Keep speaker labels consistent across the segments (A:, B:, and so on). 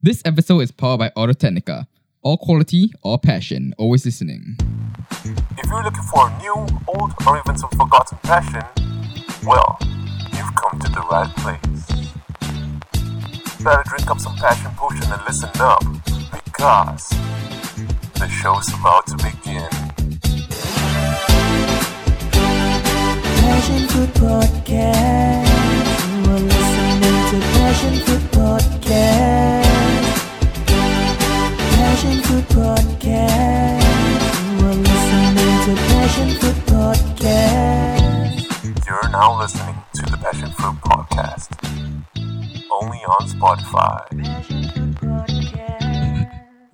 A: This episode is powered by Auto Technica. All quality, all passion, always listening.
B: If you're looking for a new, old, or even some forgotten passion, well, you've come to the right place. Better drink up some passion potion and listen up, because the show's about to begin.
C: Passion Fruit Podcast. You are listening to Passion Fruit Podcast. Passion Fruit Podcast. You are listening to Passion Fruit Podcast.
B: You're now listening to the Passion Fruit Podcast, only on Spotify.
C: Passion Fruit Podcast.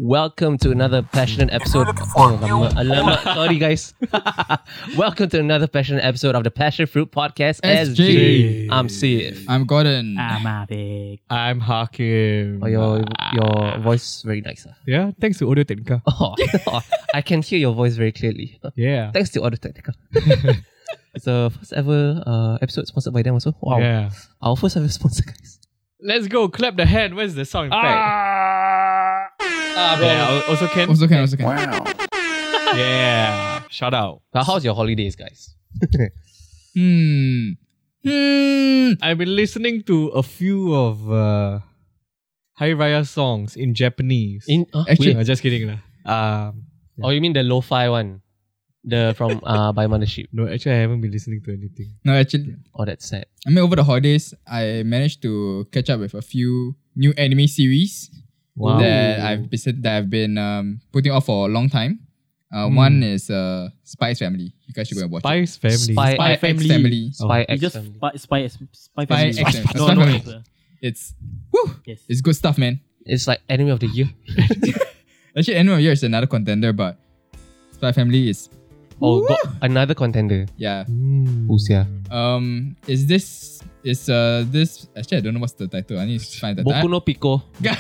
D: Welcome to another passionate episode.
B: looking for
D: Oh,
B: you-
D: alamak, alamak, sorry guys. Welcome to another passionate episode of the Passion Fruit Podcast.
A: SG.
D: SG. I'm Sif.
A: I'm Gordon.
E: Ah. I'm Hakim.
D: Oh, your your voice very nice. ah.
E: Yeah, thanks to Audio Technica.
D: Oh, I can hear your voice very clearly.
E: Yeah.
D: Thanks to Audio Technica. it's the first ever uh, episode sponsored by them also. Wow.
E: Yeah.
D: Our first ever sponsor, guys.
E: Let's go. Clap the hand. Where's the sound effect? Ah, yeah, oh, al- also can.
A: Also can, also can.
E: yeah. Shout out.
D: Now, how's your holidays, guys?
A: Hmm. Hmm.
E: I've been listening to a few of uh, Hari Raya songs in Japanese.
D: In uh,
A: Actually-
E: Uh, just kidding. lah.
A: Ah.
E: Um,
D: oh, you mean the lo-fi one, the from uh, by Mothership.
E: no, actually, I haven't been listening to anything.
A: No, actually,
D: Oh, that's sad.
A: I mean, over the holidays, I managed to catch up with a few new anime series
E: Wow.
A: that I've been, that I've been um, putting off for a long time. Uh,
E: Hmm.
A: One is uh, Spice Family. You guys should go and watch it.
E: Spice Family. Oh.
D: Spy-
A: Spy X Oh. Family.
D: Spy
F: You
D: X
F: just
D: Family.
F: spy spy spy
A: Spy
F: family.
A: X Family.
F: No,
A: Spy
F: no,
A: Family.
F: no.
A: It's whew,
F: Yes.
A: It's good stuff, man.
D: It's like enemy of the year.
A: Actually, Anime of the Year is another contender, but Spy Family is
D: Oh, got another contender.
A: yeah.
E: Mm.
D: Who's here?
A: Um, is this is uh this actually I don't know what's the title. I need to find the
D: Boku
A: title.
D: no Pico.
A: Yeah.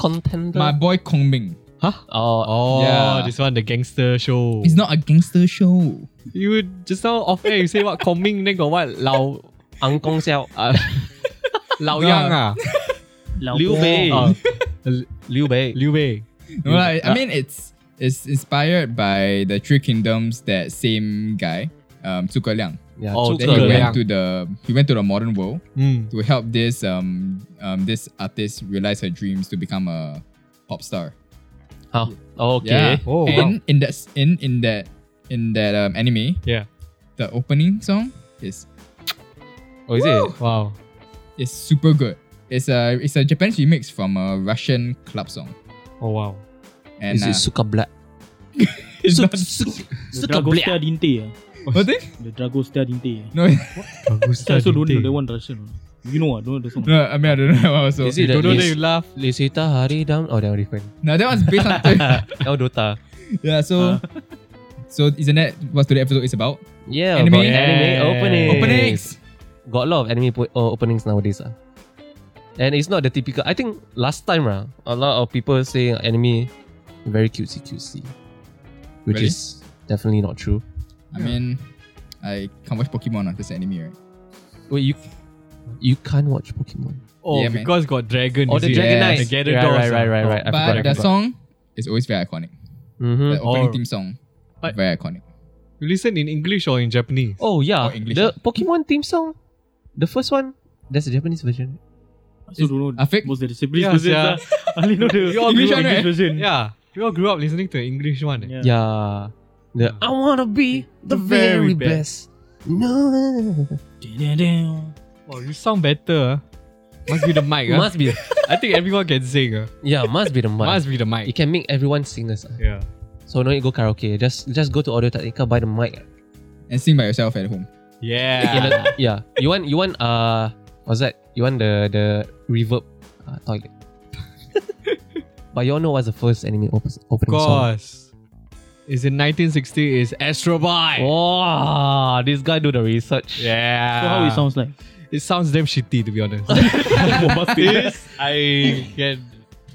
D: contender.
A: Uh, My boy Kong Ming.
D: oh,
E: Oh,
A: Yeah.
E: this one, the gangster show.
A: It's not a gangster show.
E: You just now off air, you say what? Coming, then got what? Lao.
D: Ang Kong Xiao.
E: Uh, Lao Yang. Ah.
F: Lao
D: Liu
F: Bo.
D: Bei.
E: Oh.
D: Liu Bei.
E: Liu Bei.
A: No, I, I mean it's it's inspired by the Three Kingdoms. That same guy, um, Zhuge Liang.
D: Yeah,
E: Oh,
D: Zhuge
A: Then he
E: Zhuge
D: Liang.
A: went
E: Liang.
A: to the he went to the modern world
E: Mm.
A: to help this um um this artist realize her dreams to become a pop star.
D: Oh,
A: Yeah.
D: okay.
E: Oh, wow.
A: and in that s- in in that in that um, anime,
E: Yeah.
A: the opening song is
D: Oh, is it?
E: Wow.
A: is super good. It's a it's a Japanese remix from a Russian club song.
E: Oh, wow.
A: And
D: Is it
A: uh,
D: Suka Black?
A: it's
D: Su-
A: not
D: Su-
F: The
D: Suka Black.
F: Dragostea Dinte. ah.
A: what thing?
F: The Dragostea Dinte. ah.
A: No,
F: I also don't know that one Russian. ah. You know what? Don't know the song.
A: no, I mean I don't know. Also,
D: Is it
E: Don't
D: that
E: know that
D: is-
E: you laugh.
D: Lisita Hari Dam. Oh, that one different.
A: now that one's based on two.
D: Oh, Dota.
A: yeah.
D: Uh.
A: So, so isn't that what today's episode is about?
D: Yeah,
A: Anime.
D: about
A: Yeah.
D: anime openings.
A: Openings.
D: Got a lot of anime po- uh, openings nowadays. ah. And it's not the typical. I think last time, ah, a lot of people say anime very cutesy cutesy, which
A: Really?
D: is definitely not true.
A: I mean, I can't watch Pokemon. Uh, this anime, right?
D: Wait, you you can't watch Pokemon.
E: Oh,
A: Yeah, man.
E: because got dragon.
D: Oh,
E: is
D: the
E: it?
A: Dragon
E: Yeah,
A: Knight.
E: The Gyarados.
D: Right, right, right, right, right.
E: ah.
D: I forgot,
A: but
D: I
A: the
D: forgot.
A: song is always very iconic. The
D: Mhm.
A: opening
E: Or-
A: theme song,
E: But-
A: very iconic.
E: You listen in English or in Japanese?
D: Oh yeah,
A: Or English.
D: the Pokemon theme song, the first one. That's the Japanese version.
F: I also don't know.
A: Afiq?
F: What's the Japanese
E: Yeah,
F: version?
E: sia.
F: ah. I only know the
E: You all
A: English one,
F: English
A: right?
F: version.
E: Yeah. We all grew up listening to the English one. eh?
F: Yeah.
D: Yeah, the I wanna be the, very,
E: very
D: best. No,
F: Dun-dun-dun.
E: Wow, Oh, you sound better. ah. Must be the mic. ah.
D: must be
E: I think everyone can sing. ah.
D: yeah, must be the mic.
E: Must be the
D: It
E: mic.
D: can make everyone singers. ah.
E: Yeah.
D: So no need go karaoke. Just just go to Audio Technica, buy the mic.
A: And sing by yourself at home.
D: Yeah,
E: Yeah.
D: the- yeah. You want you want uh what's that? You want the the reverb uh, toilet. but you all know what's the first anime op-
E: Of
D: opening song.
E: course. It's in 1960. It's Astro Boy.
D: Oh. Wow, this guy do the research.
E: Yeah.
F: So how it sounds like?
E: It sounds damn shitty to be honest. This, I can.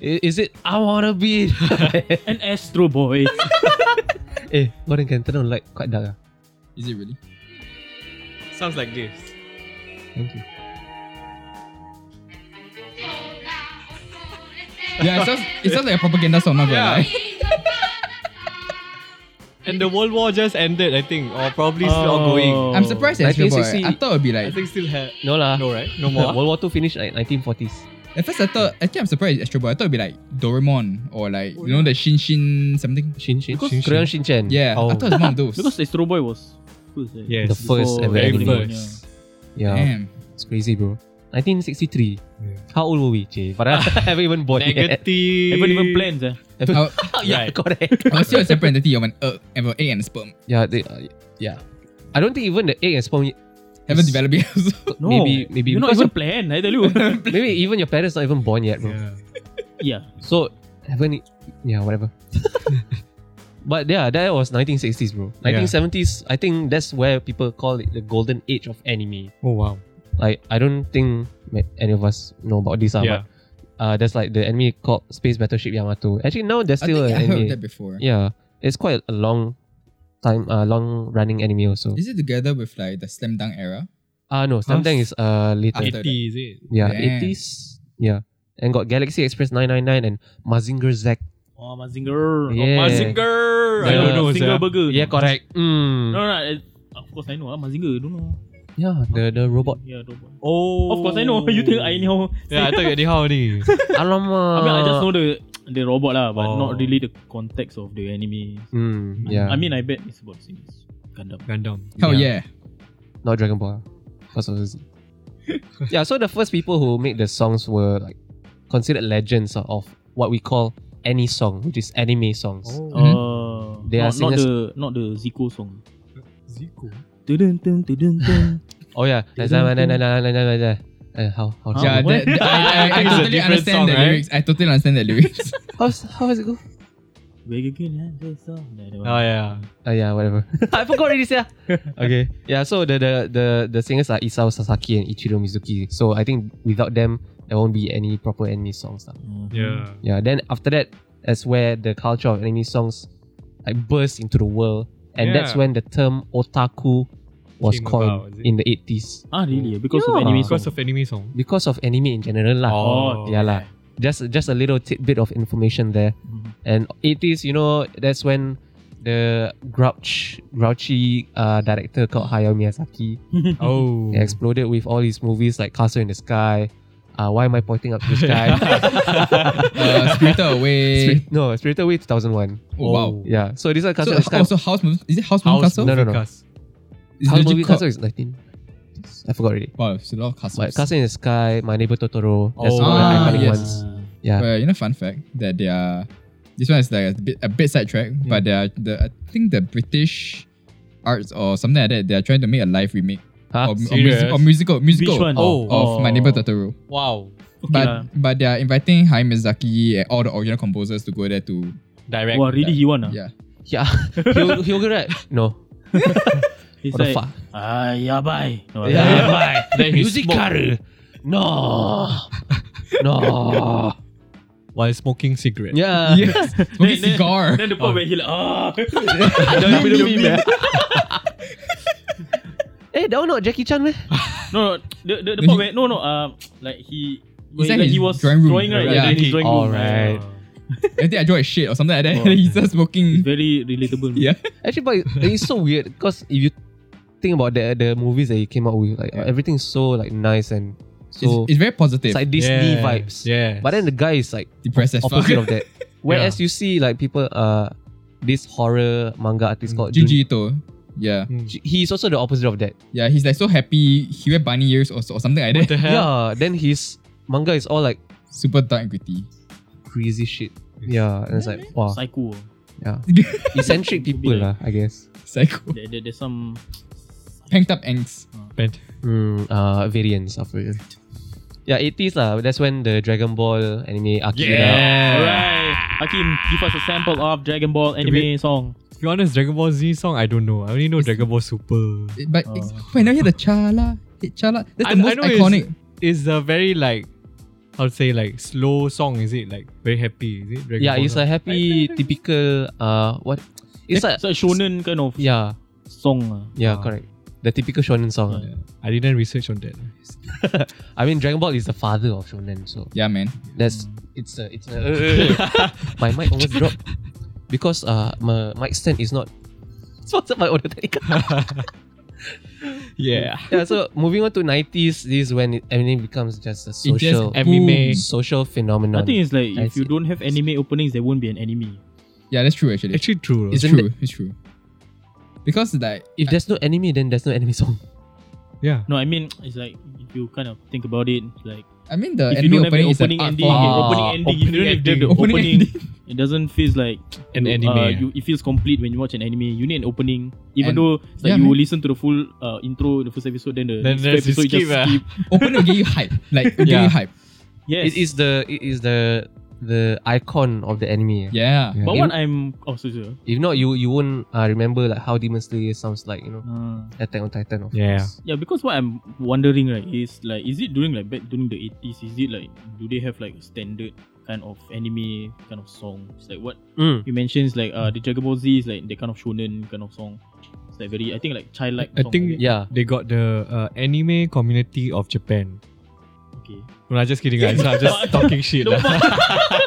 D: I- Is it I wanna be
F: An Astro Boy.
D: Eh, Gordon can turn on light quite dark ah.
A: Is it really?
E: Sounds like this.
D: Thank you
A: yeah, it sounds, it sounds like a propaganda song, not gonna
E: Yeah.
A: lie.
E: And the World War just ended, I think, or probably still
F: Oh.
E: ongoing.
A: I'm surprised that it's Astro Boy.
D: 1960
A: I thought it would be
E: I
A: like.
E: think still had
D: No lah.
E: no right, no more.
D: World War II finished like 1940s.
A: At first, I thought. I think I'm surprised it's Astro Boy. I thought it would be like Doraemon or like, you know, the Shin Shin something.
D: Shin Shin.
F: Because-
D: Crayon Shin Chan.
A: Yeah, I
D: Oh,
A: thought it was one of those.
F: Because Astro Boy was eh? first, right?
E: Yes.
D: The
E: Oh,
D: first
F: Before
D: ever
E: very
D: anime.
E: first.
D: yeah.
A: Damn.
D: It's crazy, bro. 1963.
E: Yeah.
D: How old were we, Jay? But I haven't even born yet.
E: Negative.
F: Haven't even plans, eh?
A: I,
D: yeah,
E: Right.
D: correct.
A: I was still a separate entity of an egg, of an egg and a sperm.
D: Yeah, they, uh, yeah. I don't think even the egg and sperm.
A: Haven't developed it also.
F: No.
D: Maybe, maybe
F: You're not
D: because
F: even planned, I tell you.
D: your- maybe even your parents not even born yet, bro.
E: Yeah.
F: yeah.
D: So haven't, e- yeah, whatever. but yeah, that was 1960s, bro. 1970s. I think that's where people call it the golden age of anime.
E: Oh wow.
D: Like I don't think ma- any of us know about this, ah,
E: Yeah.
D: but uh, there's like the anime called Space Battleship Yamato. Actually, now there's
A: I
D: still
A: think
D: an
A: I
D: anime.
A: heard that before.
D: Yeah, it's quite a long time, uh, long running anime also.
A: Is it together with like the Slam Dunk era?
D: Ah no, Slam
E: Huh?
D: Dunk is uh later.
F: Ah,
A: After that.
E: Eighty is it?
D: yeah,
A: Damn.
D: eighties. Yeah, and got Galaxy Express nine nine nine and Mazinger Z.
F: Oh, Mazinger.
D: Yeah.
E: Mazinger. I
D: Yeah.
E: don't know.
F: Mazinger
E: sia.
F: Burger.
D: Yeah, correct.
F: No,
D: Mm.
F: no, I, of course I know. Ah, Mazinger, don't know.
D: Yeah, the the robot.
F: Yeah, robot.
E: Oh.
F: Of course I know. You think I know?
E: Yeah, I thought you did how only.
D: Alamak.
F: I mean, I just
D: Ờ.
F: know the the robot lah, but
E: Oh.
F: not really the context of the anime.
D: Mm, Ờ. yeah.
F: I mean, I bet it's about same as Gundam.
E: Gundam.
F: Oh,
A: Hell
D: Yeah.
A: yeah.
D: not Dragon Ball. Because of the Z. yeah, so the first people who made the songs were like considered legends of what we call any song, which is anime songs.
A: Mhm.
F: Uh,
D: Oh. Mm-hmm. They are
F: not, not
D: singers-
F: the not the Zico song.
E: Zico.
F: Tudun tung, tudun tung.
D: Oh yeah.
F: Yeah.
D: Uh, how how
F: Huh?
A: Yeah, that,
F: what?
A: that- I, I,
E: I
A: I
E: think it's a
A: totally
E: different
A: understand
E: song,
A: the
E: right?
A: lyrics. I totally understand the lyrics.
D: how's, how does it go?
F: Very good hand, very song. That one.
E: Oh yeah.
D: Uh, yeah, whatever. I forgot already, yeah. okay. Yeah, so the, the the the singers are Isao Sasaki and Ichiro Mizuki. So I think without them, there won't be any proper anime songs. lah.
F: Mhm.
E: Yeah.
D: Yeah, then after that, that's where the culture of anime songs like burst into the world, and that's
E: Yeah.
D: when the term otaku was
E: Came
D: coined
E: about, is it?
D: in the eighties
F: Ah, really? Because of
D: Yeah.
E: Oh.
F: anime
E: Because
F: song.
E: of anime song.
D: because of anime in general, lah.
E: Oh.
D: yeah, lah. Just just a little tidbit of information there. And eighties, you know, that's when the grouch grouchy uh, director called Hayao Miyazaki
E: Oh.
A: Mm-hmm.
D: he exploded with all his movies like Castle in the Sky. Uh, why am I pointing up to the sky?
A: uh, Spirited Away.
D: Spirit- no, Spirited Away 2001.
A: Oh, wow.
D: Yeah. So this is Castle
A: So,
D: in the Sky.
A: also House Moon. Is it House Moon
E: House
A: Castle?
D: No, no, no.
E: Lucas.
A: It's
D: House
A: legit
D: movie
A: called-
D: Castle is 19. I forgot already.
A: Wow, it's a lot of castles.
D: But Castle in the Sky, My Neighbor Totoro. That's
E: Oh,
D: one of the
A: ah,
D: iconic
A: yes.
D: ones. Yeah.
A: Well, you know, fun fact that they are. This one is like a bit, a bit sidetrack,
F: Mm.
A: but they are the I think the British arts or something like that. They are trying to make a live remake or,
D: Huh?
A: or,
E: serious?
A: music, or musical musical
F: Ah, Which one?
E: Oh.
A: of My Neighbor Totoro.
E: Wow.
F: Okay
A: But
F: lah.
A: but they are inviting Hayao Miyazaki and all the original composers to go there to
E: Direct.
F: Wah, really he won ah?
A: yeah.
D: Yeah. Hyo- Hyogo, right? No.
F: He's
D: What the
F: like,
D: fuck?
F: ah, yabai. No,
D: Yeah.
E: Then he
D: Music
E: smoked
D: Karu. No. No.
E: while smoking cigarette.
D: Yeah.
A: Yes, smoking
F: Ah. then-
A: cigar. Oh.
F: Then the part where he like, ah.
D: Don't believe me. Eh, that one not Jackie Chan, meh?
F: No, no, the, the, the
A: Then
F: part
A: he-
F: where, no, no, uh, like he,
A: He's
F: like
A: at
F: he
A: his
F: was
A: drawing room,
F: drawing, right?
A: right?
F: Yeah,
A: Yeah.
F: in his drawing
D: All
F: room.
D: right.
A: I think I draw a shit or something like that.
F: Oh.
A: He's just smoking.
F: Very relatable.
A: Yeah.
D: Actually, but it's so weird because if you think about the the movies that he came out with, like
A: Yeah.
D: everything's so like nice and so
A: it's, it's very positive.
D: it's like Disney vibes.
E: Yeah.
D: But then the guy is like
A: depressed as fuck.
D: opposite of that. Whereas you see like people uh this horror manga artist called
A: Junji Ito. Yeah,
E: Hmm.
D: Jun- he's also the opposite of that.
A: yeah. He's like so happy. He wear bunny ears or, or something like
E: what
A: that.
E: the hell?
D: Yeah, then his manga is all like
A: Super dark and gritty.
D: crazy shit. Yeah, and it's like wow,
F: Psycho.
D: yeah, eccentric people lah, I guess.
A: Psycho.
F: There, there, there's some
A: Panked up angst.
E: Bent.
D: Mm, uh, variants of it. Yeah, eighties lah. That's when the Dragon Ball anime Akira.
F: Alright, Hakim, give us a sample of Dragon Ball anime
E: we-
F: song.
E: To be honest, Dragon Ball Z song, I don't know. I only know Dragon Ball Super.
A: It- But
F: Oh.
A: it's, when I hear the chala, hey, chala, that's the
E: I- I
A: most
E: know it's-
A: iconic.
E: It's a very like, I would say like slow song. Is it like very happy? Is it? Dragon
D: Yeah,
E: Ball
D: it's a
E: song?
D: happy typical uh what? It's like
F: It's a shonen kind of
D: yeah
F: song. ah.
D: yeah
E: Ah.
D: correct. The typical shonen song.
F: Yeah.
E: I didn't research on that.
D: I mean, Dragon Ball is the father of shonen, so
A: Yeah, man.
D: that's It's a, uh, it's a, my mic almost dropped because uh my mic stand is not sponsored by Audio Technica.
E: Yeah.
D: yeah, so moving on to nineties, this is when it, anime becomes just a
A: It just
D: social
E: Anime.
D: social phenomenon.
F: I think it's like
D: I
F: if you
D: see.
F: don't have anime openings, there won't be an anime.
A: Yeah, that's true actually.
E: Actually, true.
A: it's
D: isn't
A: true. It's true. Because like
D: if there's no anime, then there's no anime song.
E: yeah.
F: No, I mean it's like if you kind of think about it, like
A: I mean the
F: if you
A: anime
F: don't have
A: opening is an
F: an opening
A: art
F: ending,
A: form.
D: Ah,
F: opening ending, if you don't have
E: opening
F: the
E: ending.
A: Opening
F: opening,
A: ending.
F: it doesn't feel like
E: An
F: you-
E: anime,
F: Uh,
E: yeah.
F: you, it feels complete when you watch an anime. You need an opening, even
A: And-
F: though it's like
A: yeah,
F: you
A: man.
F: listen to the full uh, intro, in the first episode, then the
E: Then
F: next
E: there's a
F: episode you just
E: skip, ah.
F: skip.
A: Opening will get you hype. Like it'll get
E: Yeah.
A: you hype.
F: Yes,
D: It is the it is the the icon of the anime.
A: Yeah.
E: Yeah.
F: But
D: You-
F: what I'm oh sorry, sorry.
D: If not, you you won't uh, remember like how Demon Slayer sounds like. You know,
F: Uh,
D: Attack on Titan. Of
E: Yeah.
D: course.
F: yeah, because what I'm wondering right is like, is it during like back during the 80s? Is it like do they have like standard kind of anime kind of songs? Like what
D: Mm.
F: you mentioned is like uh the Dragon Ball Z is like the kind of shonen kind of song. It's like very I think like childlike.
E: I
F: song,
E: think-
F: right?
D: Yeah.
E: They got the uh, anime community of Japan.
F: okay.
E: No, I'm just kidding, guys. I'm just talking shit.
F: No,
E: lah.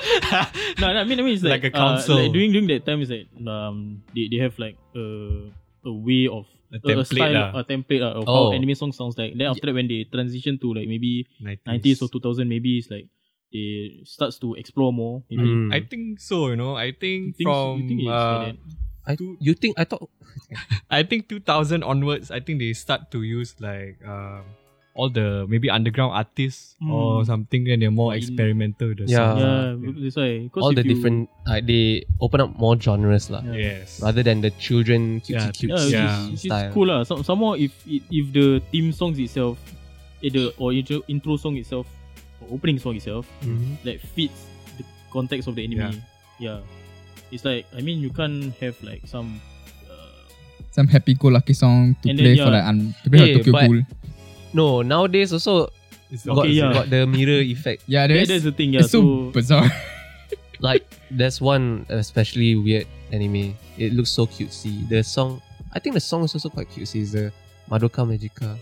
F: no, no, I mean I mean it's like,
E: Like a
F: uh,
E: council.
F: like during during that time is like um they, they have like a a way of
E: A
F: a- a
E: template
F: style,
E: lah.
F: a template uh, of
D: Oh.
F: how anime song sounds like. Then after that, when they transition to like maybe
E: 90s.
F: nineties or two thousand, maybe it's like they starts to explore more. Maybe.
D: Mm.
E: I think so, you know. I
F: You
E: think,
F: think-
E: from
F: you think it's
E: uh,
F: like that?
D: Mm. I, you think I thought
E: I think 2000 onwards, I think they start to use like um, all the maybe underground artists
F: Mm.
E: or something, and they're more
F: Or in-
E: experimental. The
D: Yeah.
E: songs
F: yeah,
E: are.
F: that's why. 'cause
D: all
F: if
D: the
F: you-
D: different uh, they open up more genres lah.
F: Yeah.
E: Yes.
D: rather than the children cutesy
E: Yeah,
F: Yeah,
D: cutesy
E: yeah.
F: It's, it's
D: style.
F: cool lah. Some, some more if if if the theme songs itself, eh, the or intro, intro song itself, or opening song itself,
E: Mhm.
F: like fits the context of the anime. Yeah. It's like I mean you can't have like some uh,
A: Some happy go lucky song to
F: And
A: play
F: then,
A: for
F: yeah.
A: like un- to play for
D: Eh,
A: Tokyo
D: but-
A: Ghoul.
D: No, nowadays also
E: It's
D: got,
E: okay,
F: yeah.
D: got the mirror effect.
A: Yeah, there
F: yeah,
A: is.
F: that's the thing, yeah.
A: it's so bizarre.
D: Like there's one especially weird anime. It looks so cutesy. The song, I think the song is also quite cutesy. It's the Madoka Magica.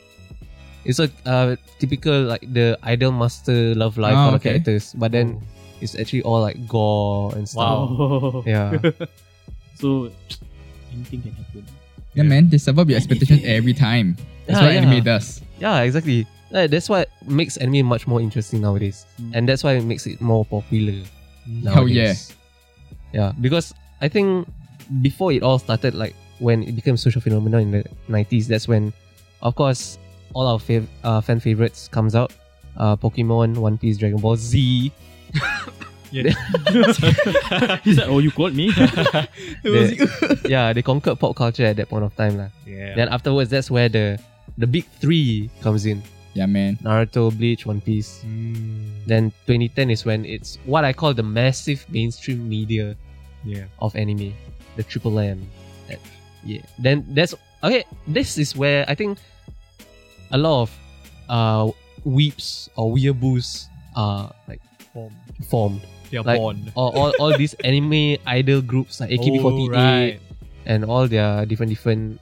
D: It's a uh, typical like the idol master love life
A: Ah,
D: kind of
A: okay.
D: characters, but then it's actually all like gore and stuff.
F: wow.
D: Yeah.
F: so anything can happen.
A: yeah, man, they survive your expectations every time. That's
D: Yeah,
A: what
D: yeah.
A: anime does.
D: Yeah, exactly. Like, that's what makes anime much more interesting nowadays,
F: Mm.
D: and that's why it makes it more popular.
A: Hell
D: nowadays. Yeah, because I think before it all started, like when it became social phenomenon in the nineties, that's when, of course, all our fav- uh, fan favorites comes out. Uh, Pokemon, One Piece, Dragon Ball Z.
F: He's like, oh, you called me?
D: They- yeah, they conquered pop culture at that point of time, lah.
E: Yeah.
D: Then afterwards, that's where the the big three comes in:
A: Yeah, man.
D: Naruto, Bleach, One Piece.
E: Mm,
D: Then 2010 is when it's what I call the massive mainstream media
E: yeah.
D: of anime, the triple M. That- yeah. Then that's okay. This is where I think a lot of uh weeps or weeaboos are like formed, formed.
E: They're
D: Like-
E: born.
D: or all, all these anime idol groups like AKB48
E: Oh, right.
D: and all their different different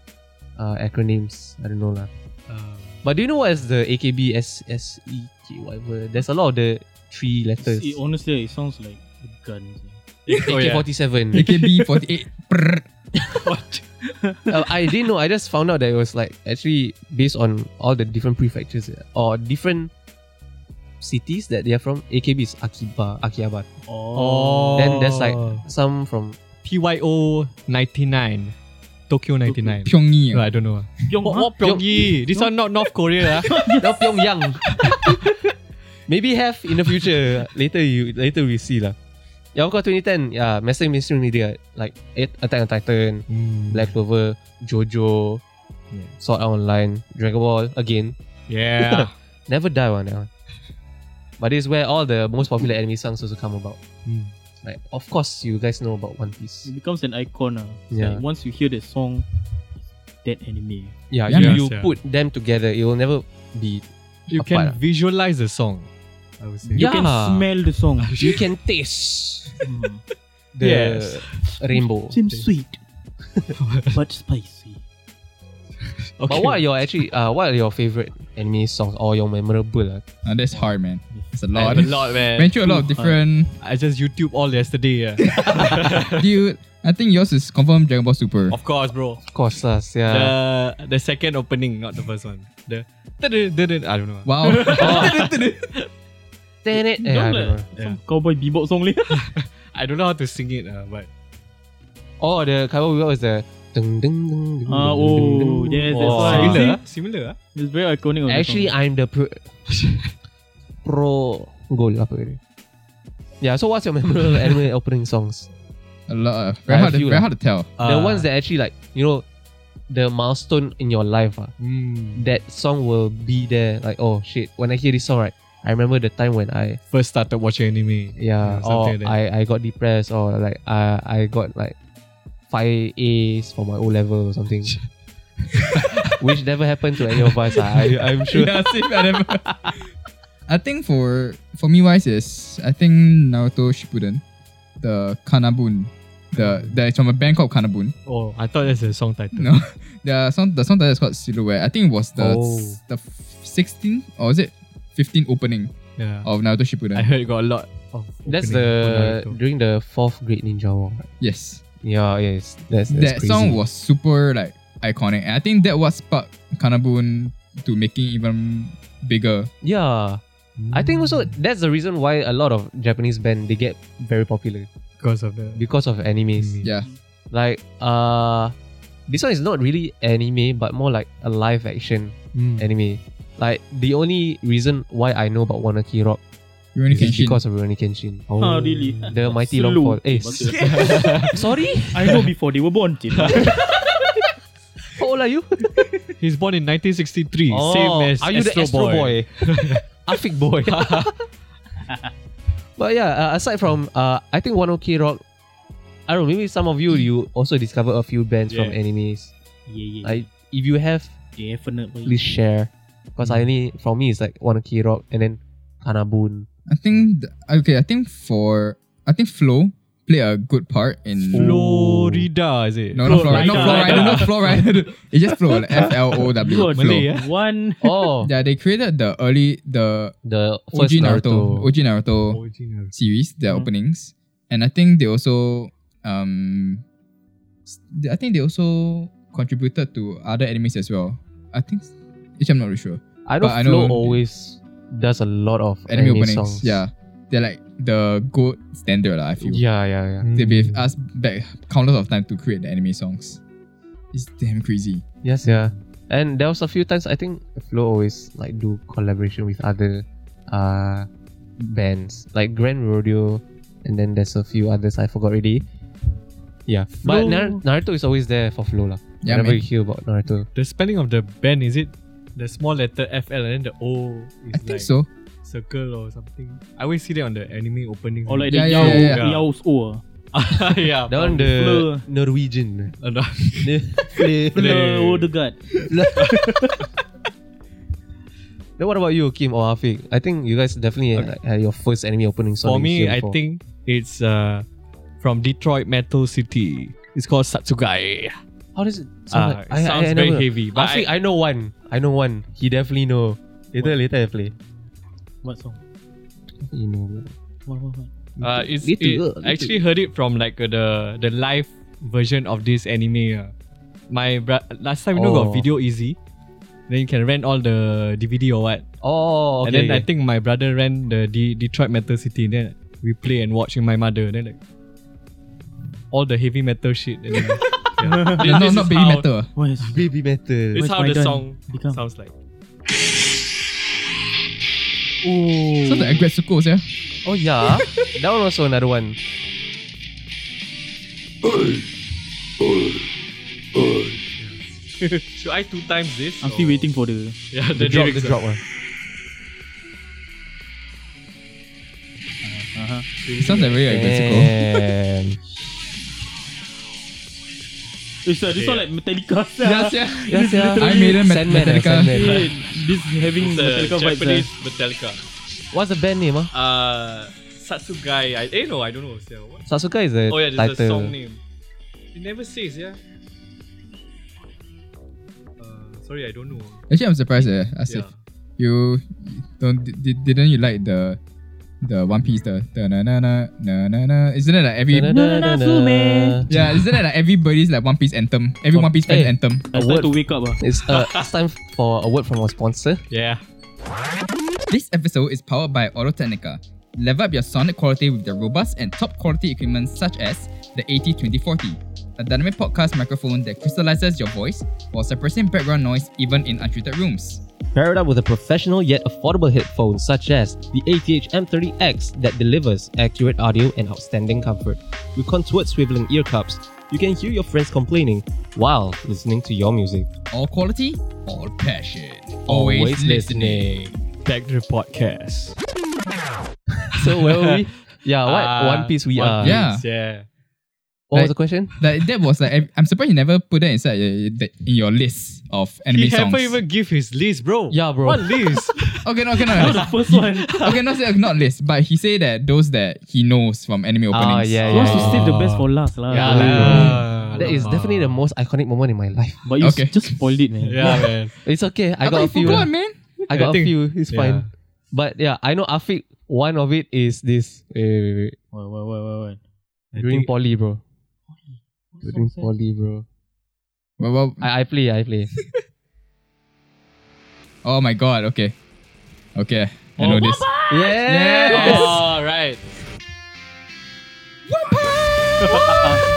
D: uh, acronyms. I don't know lah.
E: Um,
D: But do you know what is the AKB S S E K whatever? There's a lot of the three letters.
F: It, honestly, it sounds like eh. a gun.
E: oh, yeah.
D: AK47.
A: AKB forty eight.
D: Uh, I didn't know. I just found out that it was like actually based on all the different prefectures uh, or different cities that they are from. AKB is Akiba, Akihabara.
F: Oh.
D: Then there's like some from
E: PYO 99. Tokyo 99.
A: Pyongyang.
E: No, I don't know.
F: Pyong,
E: What,
F: huh?
E: what Pyongyang? This one not North Korea. ah.
D: no, Pyongyang. Maybe have in the future. Later you later we see lah. Yeah, of course, 2010. Yeah, massive mainstream media like it, Attack on Titan,
E: Mm.
D: Black Clover, JoJo,
E: Yeah.
D: Sword Art Online, Dragon Ball again.
E: Yeah.
D: Never die on that one. But this is where all the most popular anime songs also come about.
E: Mm.
D: Like, of course, you guys know about One Piece.
F: It becomes an icon. ah. It's
D: Yeah.
F: Like once you hear the song, that anime.
D: Yeah,
A: Yeah,
D: you,
E: yes,
D: you
E: yeah.
D: put them together, it will never be.
E: You
D: Apart,
E: can
D: ah.
E: visualize the song. I would say.
F: You can
D: Yeah.
F: smell the song.
D: You can taste
F: Mm.
D: the
E: Yes.
D: rainbow.
F: Seems sweet, but spicy.
E: Okay.
D: But what are your actually? Uh, what are your favorite anime songs or your memorable lah.
A: Uh, that's hard, man. It's a lot.
E: A lot, man.
A: Went through a lot of
F: Too
A: different.
E: I just YouTube all yesterday. Yeah.
A: Dude, I think yours is confirmed Dragon Ball Super.
E: of course, bro.
D: Of course lah, yeah.
E: The the second opening, not the first one. The I don't know.
A: Wow.
D: Then it, eh, I
F: Don't
D: don't
F: lah.
D: know.
F: Some cowboy bebop song leh.
E: I don't know how to sing it, uh, but
D: Oh, the cover we got was the ding ding ding. ding, ding,
F: Ah,
D: ding, ding,
F: oh,
D: ding.
F: yes, that's
D: Oh.
F: why.
E: similar,
F: see?
E: ah, similar. ah.
F: It's very iconic. on the
D: Actually,
F: song.
D: I'm the pro, pro goal apa dia? Yeah, so what's your memorable anime opening songs?
A: a lot. Very, hard to,
D: feel
A: very
D: lah.
A: hard to tell.
D: the
E: Ah.
D: ones that actually like you know the milestone in your life ah
E: Mm.
D: that song will be there like oh shit when i hear this song right i remember the time when i
E: First started watching anime.
D: yeah Oh, or
E: something like that.
D: i i got depressed or like i i got like five a's for my o level or something which never happened to any of us ah. I, i'm sure
A: Yeah, see, I never. I think for for me wise is I think Naruto Shippuden, the Kanabun, the that is from a band called Kanabun.
E: Oh, I thought that's a song title.
A: No, the song the song that is called Silhouette. I think it was the
D: Oh.
A: the 16th or was it 15 opening
E: Yeah.
A: of Naruto
E: I
A: Shippuden?
E: heard got a lot
D: Oh,
E: of.
D: that's the
E: opening for Naruto.
D: during the fourth grade ninja war right?
A: yes.
D: yeah yes that's, that's
A: that
D: crazy.
A: song was super like iconic. And I think that was sparked Kanabun to making even bigger.
D: yeah i think
E: Hmm.
D: also that's the reason why a lot of japanese band they get very popular
E: because of the
D: because of animes.
E: anime.
A: Yeah.
D: Like uh this one is not really anime but more like a live action
E: Mm.
D: anime. Like the only reason why I know about Wanaki Rock
A: Rurouni
D: is
A: Kenshin.
D: because of Rurouni Kenshin.
F: Ah, really?
D: The mighty long
F: Slow.
D: fall. Eh, s- sorry?
F: I know before they were born. Cik.
D: How old are you?
E: He's born in 1963. same as
D: Oh, are you the Astro Boy? Afik Boy. but yeah, uh, aside from uh, I think One Ok Rock, I don't know. Maybe some of you you also discover a few bands from
F: Yeah.
D: animes.
F: yeah, yeah.
D: Like if you have
F: definitely.
D: please share. Because I only from me it's like one key rock and then Kanabun.
A: I think th- okay. I think for I think Flo played a good part in.
E: Florida, is it?
A: No, not Flo.
F: Florida.
A: Not Flo Rida. Not Flo Rida. It's just Flo. F L O W.
F: You are
A: Flo.
E: Malay, yeah?
F: One.
D: Oh
A: Yeah, they created the early the
D: the
A: OG
D: first
A: Naruto,
D: Naruto.
A: OG Naruto
E: Original.
A: series, their
F: Mhm.
D: Mm-hmm.
A: openings, and I think they also um, s- I think they also contributed to other enemies as well. I think, s- which I'm not really sure.
D: I know
A: but I
D: Flo
A: know-
D: always does a lot of
A: Enemy,
D: anime,
A: openings,
D: songs.
A: yeah, they're like the gold standard lah. I feel.
D: Yeah, yeah, yeah. Mm.
A: They've been asked back countless of time to create the anime songs. It's damn crazy.
D: Yes, yeah. And there was a few times I think Flo always like do collaboration with other uh bands. Like Grand Rodeo and then there's a few others I forgot already. Yeah. But
F: Flo-
D: Nar- Naruto is always there for Flo lah.
A: Yeah,
D: Whenever
A: man.
D: you hear about Naruto.
E: The spelling of the band is it the small letter FL and then the O is
A: I think
E: like
A: so.
E: circle or something. I always see that on the anime opening.
F: Or Oh, like
A: Yeah,
F: the
A: yeah,
F: Yao,
A: yeah, yeah.
F: Yao's O.
E: yeah,
D: That one the
F: Flo.
D: Norwegian.
E: probably. Uh,
F: Hello, Odegaard.
D: Then what about you, Kim or Afiq? I think you guys definitely uh, had your first anime opening song.
E: For
D: that you
E: me,
D: hear
E: I
D: before.
E: think it's uh from Detroit Metal City. It's called Satsugai.
D: how does Ah, it sound?
E: Uh,
D: like?
E: it sounds very
D: never-
E: heavy, but
D: Afiq, I, know one. I know one. He definitely know. Later, later I play.
F: What song?
D: You know.
F: What, what, what?
E: Uh, it's
D: Little
E: it-
D: girl,
E: I actually heard it from like uh, the the live version of this anime. Uh. My bra- last time you know
D: Oh.
E: got Video Easy, then you can rent all the DVD or what.
D: Oh, okay.
E: and then I
D: okay.
E: think my brother ran the De- Detroit Metal City. Then we play and watch with my mother. Then like all the heavy metal shit. And then, yeah. This-
A: No, no,
E: this
A: not
E: is
A: baby
E: how-
A: metal.
F: What is
D: baby
E: This
D: metal.
E: is how
F: Where's
E: the
F: Maidan
E: song
F: become?
E: sounds like.
A: Sounds like Agretsuko, yeah.
D: Oh yeah, that one also another one.
E: Should I two times this?
F: I'm still waiting for the.
E: Yeah, the,
D: The, drop, the
E: lyrics
D: drop one.
A: It sounds like really Agretsuko.
D: Damn.
F: It's uh, this one like Metallica.
A: Yes, yeah.
D: yes, yeah.
A: Iron Maiden, Met-
D: Sandman, eh,
A: Metallica.
D: Sandman.
F: Hey, this is having Metallica vibes.
E: Metallica.
D: What's the band name? Ah,
E: Uh, Satsugai. I eh, no, I don't know. sia. What?
D: Sasuke is the
E: Oh yeah, this
D: title.
E: is the song name. It never says, yeah. Uh, sorry, I don't know. Uh,
A: Actually, I'm surprised. Eh. I said
E: Yeah.
A: You don't di- di- didn't you like the the One Piece the the na na na na na na? Isn't it like every
F: na, Fume.
A: yeah? Isn't it like everybody's like One Piece anthem? Every
D: Oh,
A: One Piece fan's
D: eh.
A: anthem.
F: I
D: A word.
F: start to wake up ah.
D: It's uh, it's time for a word from our sponsor.
E: Yeah.
A: This episode is powered by Auto Technica. Level up your sonic quality with the robust and top quality equipment such as the AT2040, a dynamic podcast microphone that crystallizes your voice while suppressing background noise even in untreated rooms.
D: Pair it up with a professional yet affordable headphone such as the ATH M30X that delivers accurate audio and outstanding comfort. With contoured swiveling ear cups, you can hear your friends complaining while listening to your music.
A: All quality, all passion.
E: Back to the podcast.
D: So where were we? Yeah, what
E: Ah,
D: One Piece we
E: One
D: are.
A: Piece. Yeah.
E: Yeah.
D: What was the question?
A: That, that was like, I'm surprised you never put that inside uh, that- in your list of anime
E: He
A: songs.
E: haven't even give his list, bro.
D: Yeah, bro.
E: What list?
A: Okay, no, okay, no.
F: The first one.
A: okay, not, say- not list, but he said that those that he knows from anime
D: Ah,
A: openings.
D: yeah,
F: He wants to
D: yeah.
F: save the best for last lah.
E: yeah,
F: bro.
E: lah.
D: That is definitely the most iconic moment in my life.
F: But you s-
A: Okay.
F: just spoiled it, man.
E: Yeah, man.
D: It's okay. I,
A: I,
D: got a
A: thought you
D: few.
A: forgot, man.
D: I got
E: I
D: a
E: think-
D: few. It's
E: yeah.
D: fine. But yeah, I know Afiq. One of it is this wait, wait, wait,
F: Why, why, why, why,
E: I
F: why?
D: wait. during
E: think-
D: poly, bro. During
F: What's that?
D: poly, bro.
A: Well, well,
D: I, I play. I play.
A: Oh my god, okay. Okay, I know this.
D: Yes.
E: Oh, right.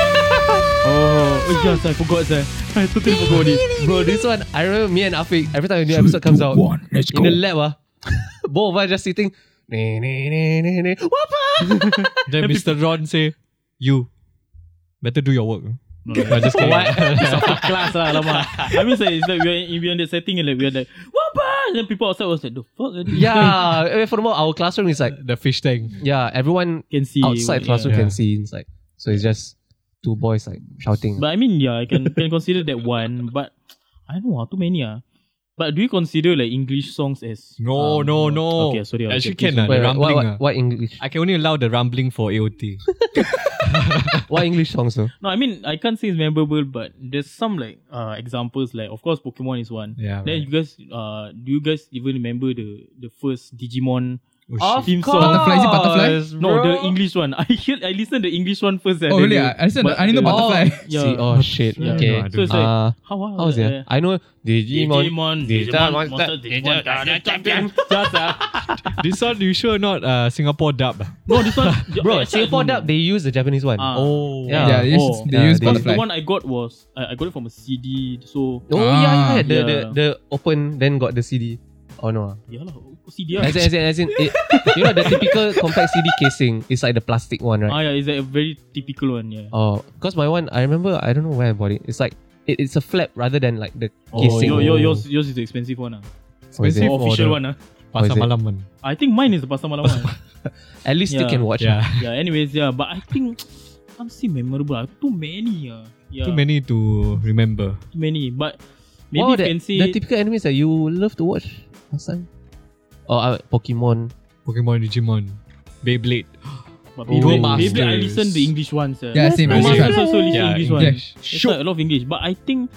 F: Oh, oh yes, I forgot that. I totally forgot it.
D: Bro, this one, I remember me and Afiq, every time a new episode comes out,
A: One, let's
D: in the lab, ah, both of us just sitting. "Nee, nee, nee, nee, nee." Wapa!
E: Then Mr. Ron say, you better do your work.
F: No, no,
E: I just kidding.
F: it's after class lah, lama. I mean, like, it's like we are in, we are in the setting and like we are like, Wapa! And then people outside was like, the fuck? are these guys?"
D: yeah, eh, furthermore, our classroom is like,
E: the fish tank.
D: yeah, everyone
F: Can see.
D: outside
F: yeah.
D: classroom can
E: Yeah.
D: see inside. So it's just two boys like shouting.
F: But I mean, yeah, I can can consider that one. But I don't know, ah, too many ah. But do you consider like English songs as?
E: No,
F: um,
E: no, no.
F: Okay, sorry. I'll
E: Actually
F: get
E: can lah,
D: Wait,
E: the
F: this
D: wait, what,
E: rumbling
D: what,
E: ah.
D: what English?
E: I can only allow the rumbling for AOT.
D: what English songs though?
E: ah.
F: one. No, I mean I can't say it's memorable, but there's some like uh examples like of course Pokemon is one.
E: yeah.
F: Then you guys, uh, do you guys even remember the the first Digimon?
E: Oh, shit.
F: Theme song.
A: Butterfly, is it butterfly?
F: No, the English one. I hear, I listened to the English one first. and
A: Oh
F: then
A: really?
F: the-
A: I, I said
F: but
A: I didn't know
F: the-
A: butterfly.
F: Yeah.
D: See, oh shit.
E: Yeah,
D: okay.
E: no, I
F: So it's
E: don't know.
F: like,
D: uh,
F: how, how,
D: how was
F: uh,
D: it? I know Digimon.
F: Digimon,
D: Digimon,
F: Digimon,
D: Monster,
F: Monster, Digimon, Guardian Champion.
E: this one you sure not uh, Singapore dub? ah?
F: No, this one,
D: Bro, Singapore dub, they use the Japanese one.
F: Ah.
E: Oh.
D: Yeah.
A: yeah, they,
F: Oh.
A: use, they
D: Yeah,
A: use
D: they-
F: Because the
A: butterfly.
F: one I got was I, I got it from a CD. So
D: Oh yeah, yeah, yeah. The,
F: Ah.
D: the the open then got the CD. Oh no. ah.
F: yeah, lah, CD.
D: As in, as in, as in it, you know the typical compact CD casing is like the plastic one, right?
F: Ah, yeah, it's like a very typical one. Yeah.
D: Oh, cause my one I remember I don't know where I bought it. It's like it, it's a flap rather than like the
F: Oh,
D: casing.
F: your, your, yours, yours is the expensive one. Ah.
D: Or is it?
E: expensive.
F: Or
E: for
F: official
E: the-
F: one. Ah.
E: Pasar
D: it?
E: Malam one.
F: I think mine is the Pasar Malam one.
D: At least you
F: Yeah.
D: can watch.
E: Yeah.
F: yeah, anyways, yeah, but I think I'm still memorable. ah. Too many. ah. Yeah,
E: Too many to remember.
F: Too many. But maybe
D: wow,
F: you
D: that,
F: can say
D: the typical animes that you love to watch last time. Oh, uh, Pokemon.
E: Pokemon, Digimon, Beyblade.
F: but
E: Duel
F: Beyblade,
E: Masters.
F: Beyblade, I listen to English ones. ah.
A: Yeah, same.
F: Duel
A: English
F: Masters
A: one.
F: also listen
E: Yeah,
F: English one.
E: English.
F: It's like a lot of English, but I think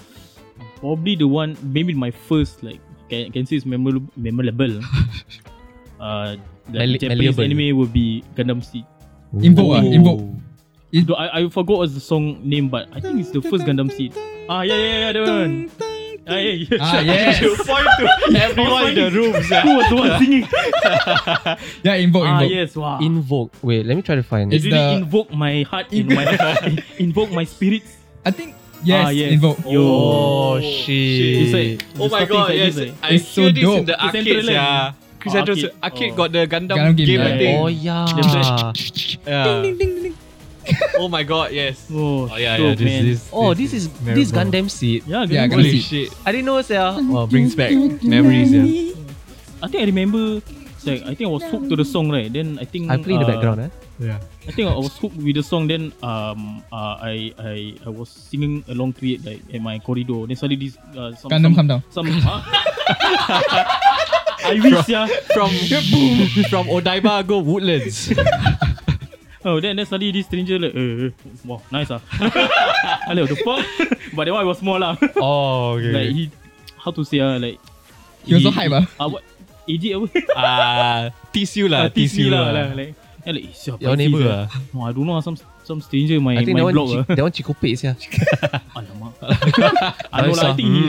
F: probably the one, maybe my first like can can say it's memorable. memorable uh, the
D: Male-
F: Japanese
D: malleable.
F: anime will be Gundam Seed.
A: Invoke ah,
E: Oh.
A: invoke.
F: Though I, I forgot what's the song name, but I think it's the first Gundam Seed. Ah yeah yeah yeah that one. Ah yeah yeah.
A: Ah, yes.
F: you point to everyone in the room. Who was the one singing?
A: Yeah, invoke,
F: ah
A: Oh, invoke.
F: yes wow.
D: Invoke. Wait, let me try to find.
F: it
A: It's
F: really
A: the-
F: invoke my heart in my invoke my spirits.
A: I think yes,
F: ah, yes.
A: invoke.
F: Yo.
D: Oh, shit.
F: It's like,
G: Oh
F: the
G: my
F: starting
G: god,
F: side
G: yes.
F: is
E: eh?
F: like-
G: I
A: It's so
G: hear this in
A: dope.
G: the
F: It's
G: arcades,
F: Central
G: yeah. Chris
F: Oh,
G: Andrews,
F: arcade.
G: arcade
F: Oh.
G: got the Gundam,
A: Gundam game,
G: game,
A: yeah.
G: I think.
D: oh yeah.
G: Yeah. Oh my god, yes.
F: Oh,
G: Oh, yeah, yeah,
F: so,
G: this-
F: man.
D: Oh, this is this Gundam seed.
F: Yeah,
A: Yeah,
F: Gundam
A: Gundam
F: Seed.
A: Seed.
E: Holy shit.
D: I didn't know, sir.
E: Wow, Oh, brings back memories. Yeah.
F: I think I remember it's like I think I was hooked to the song right. Then I think
D: I play in the
F: uh,
D: background, eh?
E: yeah.
F: I think I was hooked with the song. Then um uh, I I I was singing along to it like in my corridor. Then suddenly this uh, some
A: Gundam
F: some,
A: come down.
F: some huh? I wish yeah.
E: From from Odaiba go Woodlands.
F: Oh then then suddenly this stranger like eh, eh, wow nice ah. I like what the fuck. But that one I was small lah.
D: Oh, okay.
F: like he how to say ah like
A: He was so hype ah.
F: Uh, what, AJ apa?
G: Ah, tease you lah,
F: Ah, tease me lah,
G: lah.
F: lah. Like, yeah, like, siap,
D: Your
F: tease
D: neighbour
F: lah.
D: ah.
F: No, I don't know. ah, Some some stranger in my
D: I think
F: my
D: that one,
F: block.
D: chi-
F: ah.
D: that one Chikopek yeah.
F: Alamak. I know lah. I
D: Nice, ah.
F: think he,